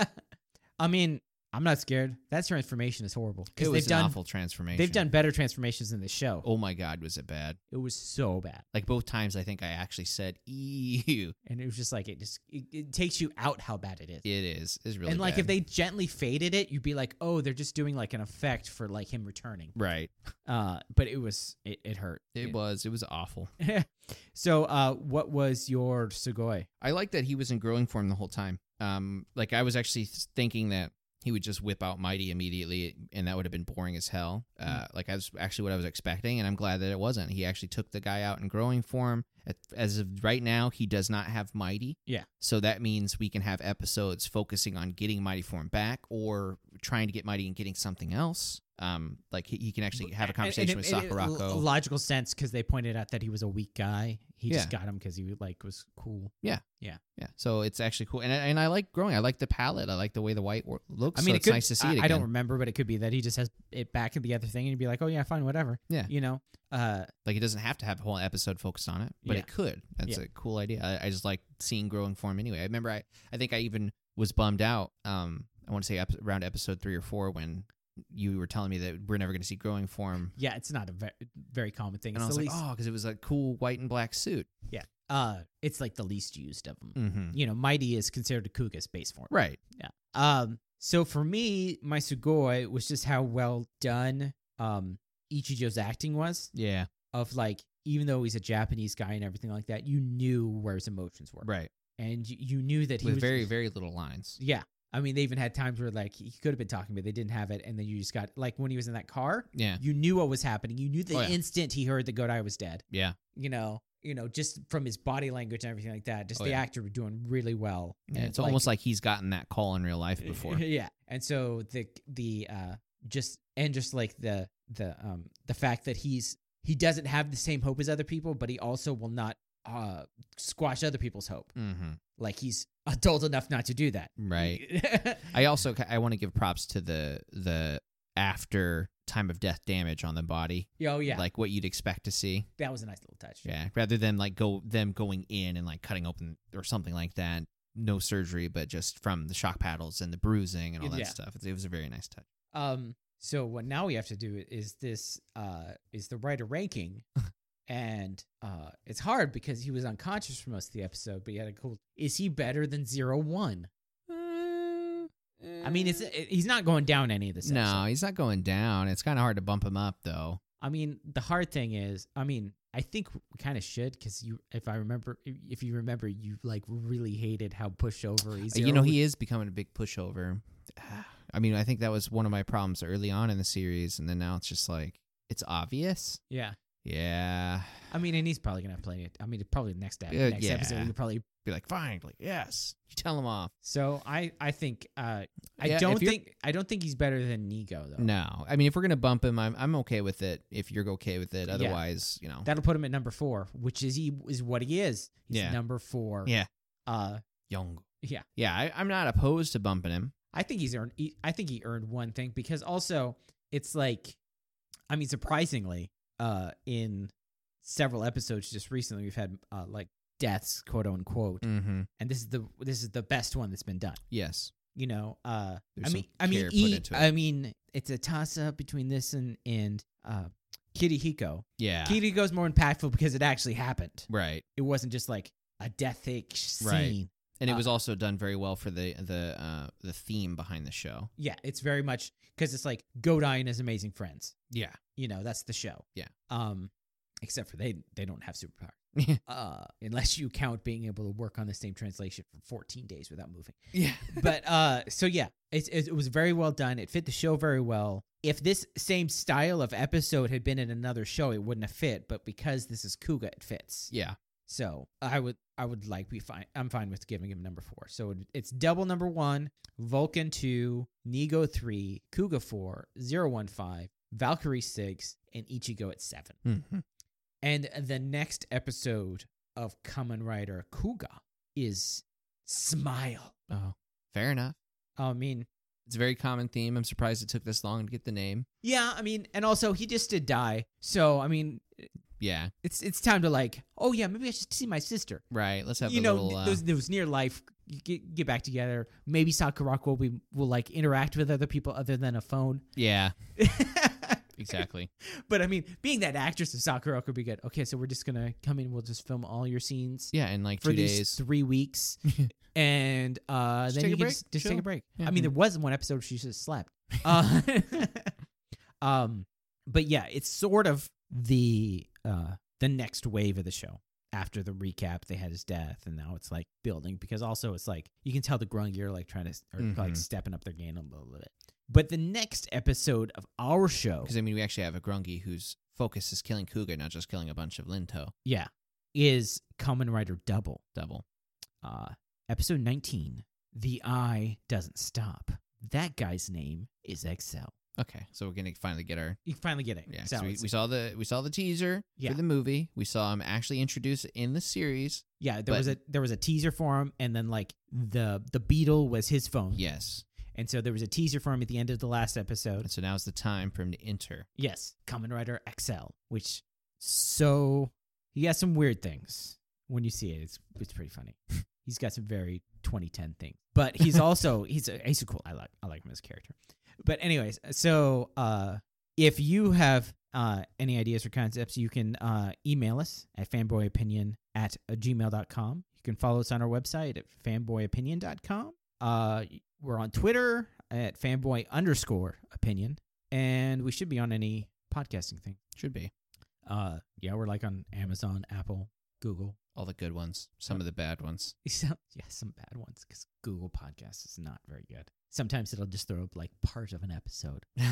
Speaker 1: I mean, I'm not scared. That transformation is horrible
Speaker 2: it
Speaker 1: because
Speaker 2: was
Speaker 1: they've
Speaker 2: an
Speaker 1: done
Speaker 2: awful transformation.
Speaker 1: they've done better transformations in the show.
Speaker 2: Oh my god, was it bad?
Speaker 1: It was so bad,
Speaker 2: Like both times I think I actually said ew. [LAUGHS]
Speaker 1: and it was just like it just it, it takes you out how bad it is.
Speaker 2: It is. It's really
Speaker 1: and like
Speaker 2: bad.
Speaker 1: if they gently faded it, you'd be like, oh, they're just doing like an effect for like him returning.
Speaker 2: Right.
Speaker 1: Uh, but it was it, it hurt.
Speaker 2: It was it was awful. [LAUGHS]
Speaker 1: so, uh, what was your Sugoi?
Speaker 2: I like that he was in growing form the whole time. Um, like I was actually th- thinking that he would just whip out Mighty immediately, and that would have been boring as hell. Uh, Like that's actually what I was expecting, and I'm glad that it wasn't. He actually took the guy out in growing form. At- As of right now, he does not have Mighty.
Speaker 1: Yeah.
Speaker 2: So that means we can have episodes focusing on getting Mighty form back, or trying to get Mighty and getting something else. Um, like he, he can actually have a conversation with Sakurako.
Speaker 1: logical sense because they pointed out that he was a weak guy. He just
Speaker 2: Yeah.
Speaker 1: got him because he like was cool.
Speaker 2: yeah. So it's actually cool, and I- and I like growing. I like the palette. I like the way the white wor- looks.
Speaker 1: I mean,
Speaker 2: so
Speaker 1: it
Speaker 2: it's
Speaker 1: could,
Speaker 2: nice to see
Speaker 1: I,
Speaker 2: it. Again.
Speaker 1: I don't remember, but it could be that he just has it back in the other thing, and he'd be like, oh yeah, fine, whatever.
Speaker 2: Yeah.
Speaker 1: you know. Uh,
Speaker 2: Like it doesn't have to have a whole episode focused on it, but
Speaker 1: Yeah.
Speaker 2: it could. That's
Speaker 1: Yeah.
Speaker 2: a cool idea. I, I just like seeing growing form anyway. I remember I, I think I even was bummed out. Um, I want to say ep- around episode three or four when you were telling me that we're never going to see growing form,
Speaker 1: yeah, it's not a ve- very common thing.
Speaker 2: and I
Speaker 1: It's
Speaker 2: was
Speaker 1: the
Speaker 2: like,
Speaker 1: least.
Speaker 2: oh, because it was a cool white and black suit.
Speaker 1: Uh, it's like the least used of them.
Speaker 2: Mm-hmm.
Speaker 1: You know, Mighty is considered a Kuga's base form.
Speaker 2: Right.
Speaker 1: Um, so for me, my Sugoi was just how well done um Ichijo's acting was.
Speaker 2: Yeah.
Speaker 1: Of like even though he's a Japanese guy and everything like that, you knew where his emotions were,
Speaker 2: Right.
Speaker 1: and you, you knew that he
Speaker 2: With
Speaker 1: was
Speaker 2: very, very little lines.
Speaker 1: yeah. I mean, they even had times where like he could have been talking, but they didn't have it, and then you just got like when he was in that car,
Speaker 2: Yeah.
Speaker 1: you knew what was happening. You knew the
Speaker 2: Oh, yeah.
Speaker 1: instant he heard that Godai was dead.
Speaker 2: Yeah.
Speaker 1: You know, you know, just from his body language and everything like that. Just
Speaker 2: Oh,
Speaker 1: the
Speaker 2: yeah.
Speaker 1: actor was doing really well.
Speaker 2: Yeah,
Speaker 1: And,
Speaker 2: it's almost like he's gotten that call in real life
Speaker 1: [LAUGHS]
Speaker 2: before.
Speaker 1: yeah, and so the the uh just and just like the the um the fact that he's he doesn't have the same hope as other people, but he also will not uh squash other people's hope.
Speaker 2: hmm
Speaker 1: Like he's adult enough not to do that.
Speaker 2: Right. I also ca- I want to give props to the the after time of death damage on the body,
Speaker 1: [LAUGHS] oh yeah,
Speaker 2: like what you'd expect to see.
Speaker 1: that was a nice little touch.
Speaker 2: Yeah, rather than like go them going in and like cutting open or something like that. No surgery, but just from the shock paddles and the bruising and all that
Speaker 1: Yeah.
Speaker 2: stuff. It, it was a very nice touch.
Speaker 1: Um. So what now we have to do is this. Uh, is the writer ranking, and uh, it's hard because he was unconscious for most of the episode, but he had a cool. Is he better than zero one? Uh, I mean, it's it- he's not going down any of this.
Speaker 2: no,
Speaker 1: episode.
Speaker 2: he's not going down. It's kind of hard to bump him up though.
Speaker 1: I mean, the hard thing is, I mean, I think we kind of should because you, if I remember, if you remember, you like really hated how pushover he's.
Speaker 2: Uh, you know, he is becoming a big pushover. [SIGHS] I mean, I think that was one of my problems early on in the series, and then now it's just like it's obvious.
Speaker 1: Yeah,
Speaker 2: Yeah,
Speaker 1: I mean, and he's probably gonna have plenty. Of, I mean, probably next ep-
Speaker 2: Yeah,
Speaker 1: next episode,
Speaker 2: yeah.
Speaker 1: he could probably.
Speaker 2: be like, fine, like yes, you tell him off.
Speaker 1: So I, I think, uh, I
Speaker 2: Yeah, if
Speaker 1: don't
Speaker 2: you're-
Speaker 1: think, I don't think he's better than Nigo though.
Speaker 2: No, I mean, if we're gonna bump him, I'm I'm okay with it. If you're okay with it,
Speaker 1: Yeah.
Speaker 2: otherwise, you know,
Speaker 1: That'll put him at number four, which is he is what he is. He's
Speaker 2: Yeah.
Speaker 1: number four.
Speaker 2: Yeah.
Speaker 1: Uh,
Speaker 2: young.
Speaker 1: yeah.
Speaker 2: Yeah, I, I'm not opposed to bumping him.
Speaker 1: I think he's earned. He, I think he earned one thing because also it's like, I mean, surprisingly, uh, in several episodes just recently, we've had uh, like deaths, quote unquote,
Speaker 2: Mm-hmm.
Speaker 1: and this is the this is the best one that's been done.
Speaker 2: Yes.
Speaker 1: You know, uh,
Speaker 2: There's
Speaker 1: I
Speaker 2: some
Speaker 1: mean, I mean,
Speaker 2: care put
Speaker 1: e-
Speaker 2: into it.
Speaker 1: I mean, it's a toss up between this and and uh, Kirihiko.
Speaker 2: Yeah.
Speaker 1: Kirihiko's more impactful because it actually happened.
Speaker 2: right.
Speaker 1: it wasn't just like a death ic scene.
Speaker 2: Right. And it
Speaker 1: Uh,
Speaker 2: was also done very well for the the uh, the theme behind the show.
Speaker 1: Yeah, it's very much because it's like Godai and his amazing friends.
Speaker 2: Yeah.
Speaker 1: You know, that's the show.
Speaker 2: Yeah.
Speaker 1: Um, except for they they don't have superpower. [LAUGHS] Uh, unless you count being able to work on the same translation for 14 days without moving.
Speaker 2: [LAUGHS] yeah.
Speaker 1: But uh, so yeah, it, it, it was very well done. It fit the show very well. If this same style of episode had been in another show, it wouldn't have fit. But because this is Kuga, it fits.
Speaker 2: yeah.
Speaker 1: So I would I would like be fine. I'm fine with giving him number four. So it- it's double number one, Vulcan two, Nego three, Kuga four, zero one five, Valkyrie six, and Ichigo at seven.
Speaker 2: Mm-hmm.
Speaker 1: And the next episode of Kamen Rider Kuga is Smile.
Speaker 2: Oh, fair enough.
Speaker 1: I mean,
Speaker 2: It's a very common theme. I'm surprised it took this long to get the name.
Speaker 1: yeah, I mean, and also he just did die. So I mean,
Speaker 2: Yeah,
Speaker 1: it's it's time to like, oh yeah, maybe I should see my sister.
Speaker 2: right. Let's have
Speaker 1: you
Speaker 2: a
Speaker 1: know,
Speaker 2: little.
Speaker 1: th-
Speaker 2: Uh,
Speaker 1: those, those near life you get, get back together. Maybe Sakurako will be will like interact with other people other than a phone. [LAUGHS]
Speaker 2: yeah, exactly.
Speaker 1: but I mean, being that actress of Sakurako would be good. Okay, so we're just gonna come in. We'll just film all your scenes
Speaker 2: [LAUGHS] yeah, in like
Speaker 1: for
Speaker 2: two
Speaker 1: these
Speaker 2: days.
Speaker 1: three
Speaker 2: [LAUGHS]
Speaker 1: weeks, and uh,
Speaker 2: Just
Speaker 1: then
Speaker 2: take
Speaker 1: you
Speaker 2: a
Speaker 1: can
Speaker 2: break,
Speaker 1: just, just take
Speaker 2: chill.
Speaker 1: a break.
Speaker 2: Yeah.
Speaker 1: I mean, there was one episode she just slept. Uh, [LAUGHS] um, but yeah, it's sort of the uh the next wave of the show after the recap. They had his death, and now it's like building because also it's like you can tell the grungy are like trying to are like
Speaker 2: Mhm.
Speaker 1: stepping up their game a little bit. But the next episode of our show,
Speaker 2: Because I mean, we actually have a grungy whose focus is killing Kuga, not just killing a bunch of Linto.
Speaker 1: yeah, is Kamen Rider Double.
Speaker 2: Double.
Speaker 1: Uh, episode 19 The Eye Doesn't Stop. That guy's name is Excel.
Speaker 2: Okay, so we're gonna finally get our.
Speaker 1: You finally get it.
Speaker 2: Yeah,
Speaker 1: So
Speaker 2: so we,
Speaker 1: it's-
Speaker 2: we saw the we saw the teaser
Speaker 1: Yeah.
Speaker 2: for the movie. We saw him actually introduced in the series.
Speaker 1: yeah, there was a
Speaker 2: but-
Speaker 1: there was a teaser for him, and then like the the beetle was his phone.
Speaker 2: Yes,
Speaker 1: and so there was a teaser for him at the end of the last episode.
Speaker 2: and so now's the time for him to enter.
Speaker 1: Yes, Kamen Rider XL, which so he has some weird things when you see it. It's it's pretty funny. [LAUGHS] he's got some very 2010 things, but he's also he's a, he's a cool. I like I like him as a character. But anyways, so uh, if you have uh, any ideas or concepts, you can uh, email us at fanboyopinion at gmail.com. You can follow us on our website at fanboyopinion.com. Uh, we're on Twitter at fanboy underscore opinion, and we should be on any podcasting thing.
Speaker 2: Should be.
Speaker 1: Uh, yeah, we're like on Amazon, Apple, Google. [LAUGHS]
Speaker 2: All the good ones, some of the bad ones.
Speaker 1: yeah, some bad ones because Google Podcasts is not very good. Sometimes it'll just throw up like part of an episode. [LAUGHS]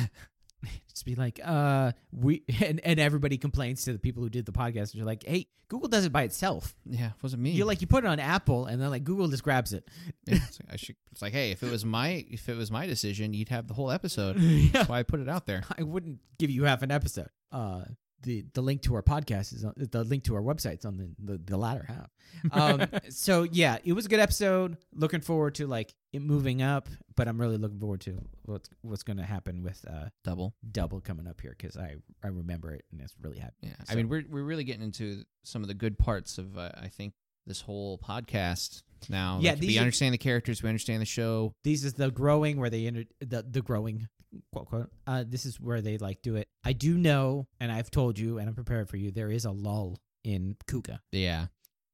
Speaker 1: just be like, uh, we [LAUGHS] and, and everybody complains to the people who did the podcast. And you're like, hey, Google does it by itself.
Speaker 2: Yeah, it wasn't me.
Speaker 1: You're like, you put it on Apple, and then like Google just grabs it.
Speaker 2: Yeah, it's like, I should. It's like, hey, if it was my if it was my decision, you'd have the whole
Speaker 1: [LAUGHS]
Speaker 2: episode.
Speaker 1: yeah.
Speaker 2: That's why I put it out there.
Speaker 1: I wouldn't give you half an episode. Uh, the the link to our podcast is on, the link to our website's on the the, the latter half. Um, so yeah, it was a good episode. Looking forward to like it moving up, but I'm really looking forward to what's what's going to happen with uh
Speaker 2: Double.
Speaker 1: double coming up here because I I remember it and it's really happy.
Speaker 2: Yeah.
Speaker 1: So-
Speaker 2: I mean, we're we're really getting into some of the good parts of uh, I think this whole podcast now.
Speaker 1: Yeah,
Speaker 2: Like,
Speaker 1: these
Speaker 2: we
Speaker 1: are-
Speaker 2: understand the characters. We understand the show.
Speaker 1: These is the growing where they enter the the growing quote quote. Uh, this is where they like do it. I do know, and I've told you, and I'm prepared for you. There is a lull in Kuga.
Speaker 2: Yeah.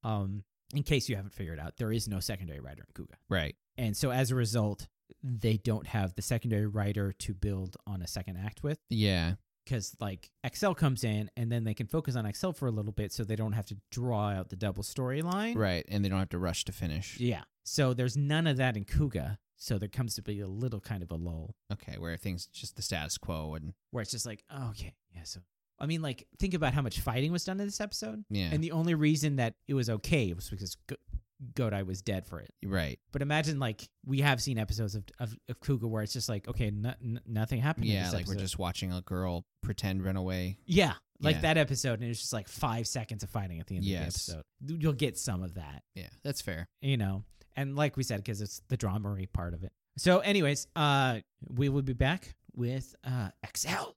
Speaker 1: Um, in case you haven't figured out, there is no secondary writer in Kuga,
Speaker 2: Right.
Speaker 1: and so as a result, they don't have the secondary writer to build on a second act with.
Speaker 2: Yeah.
Speaker 1: because like Excel comes in and then they can focus on Excel for a little bit so they don't have to draw out the double storyline.
Speaker 2: Right. And they don't have to rush to finish.
Speaker 1: Yeah. So there's none of that in Kuga. So there comes to be a little kind of a lull
Speaker 2: Okay. Where things just the status quo and
Speaker 1: where it's just like, oh, okay, yeah. So I mean, like, think about how much fighting was done in this episode,
Speaker 2: yeah.
Speaker 1: and the only reason that it was okay was because Go- Godai was dead for it.
Speaker 2: right.
Speaker 1: But imagine like we have seen episodes of of, of Kuga where it's just like, okay, no, n- nothing happened. in
Speaker 2: Yeah.
Speaker 1: this
Speaker 2: Like we're
Speaker 1: episode.
Speaker 2: just watching a girl pretend run away.
Speaker 1: Yeah, like
Speaker 2: Yeah.
Speaker 1: that episode, and it's just like five seconds of fighting at the end
Speaker 2: Yes.
Speaker 1: of the episode. You'll get some of that,
Speaker 2: Yeah. That's fair.
Speaker 1: you know. And like we said, because it's the dramery part of it. So, anyways, uh, we will be back with uh, XL.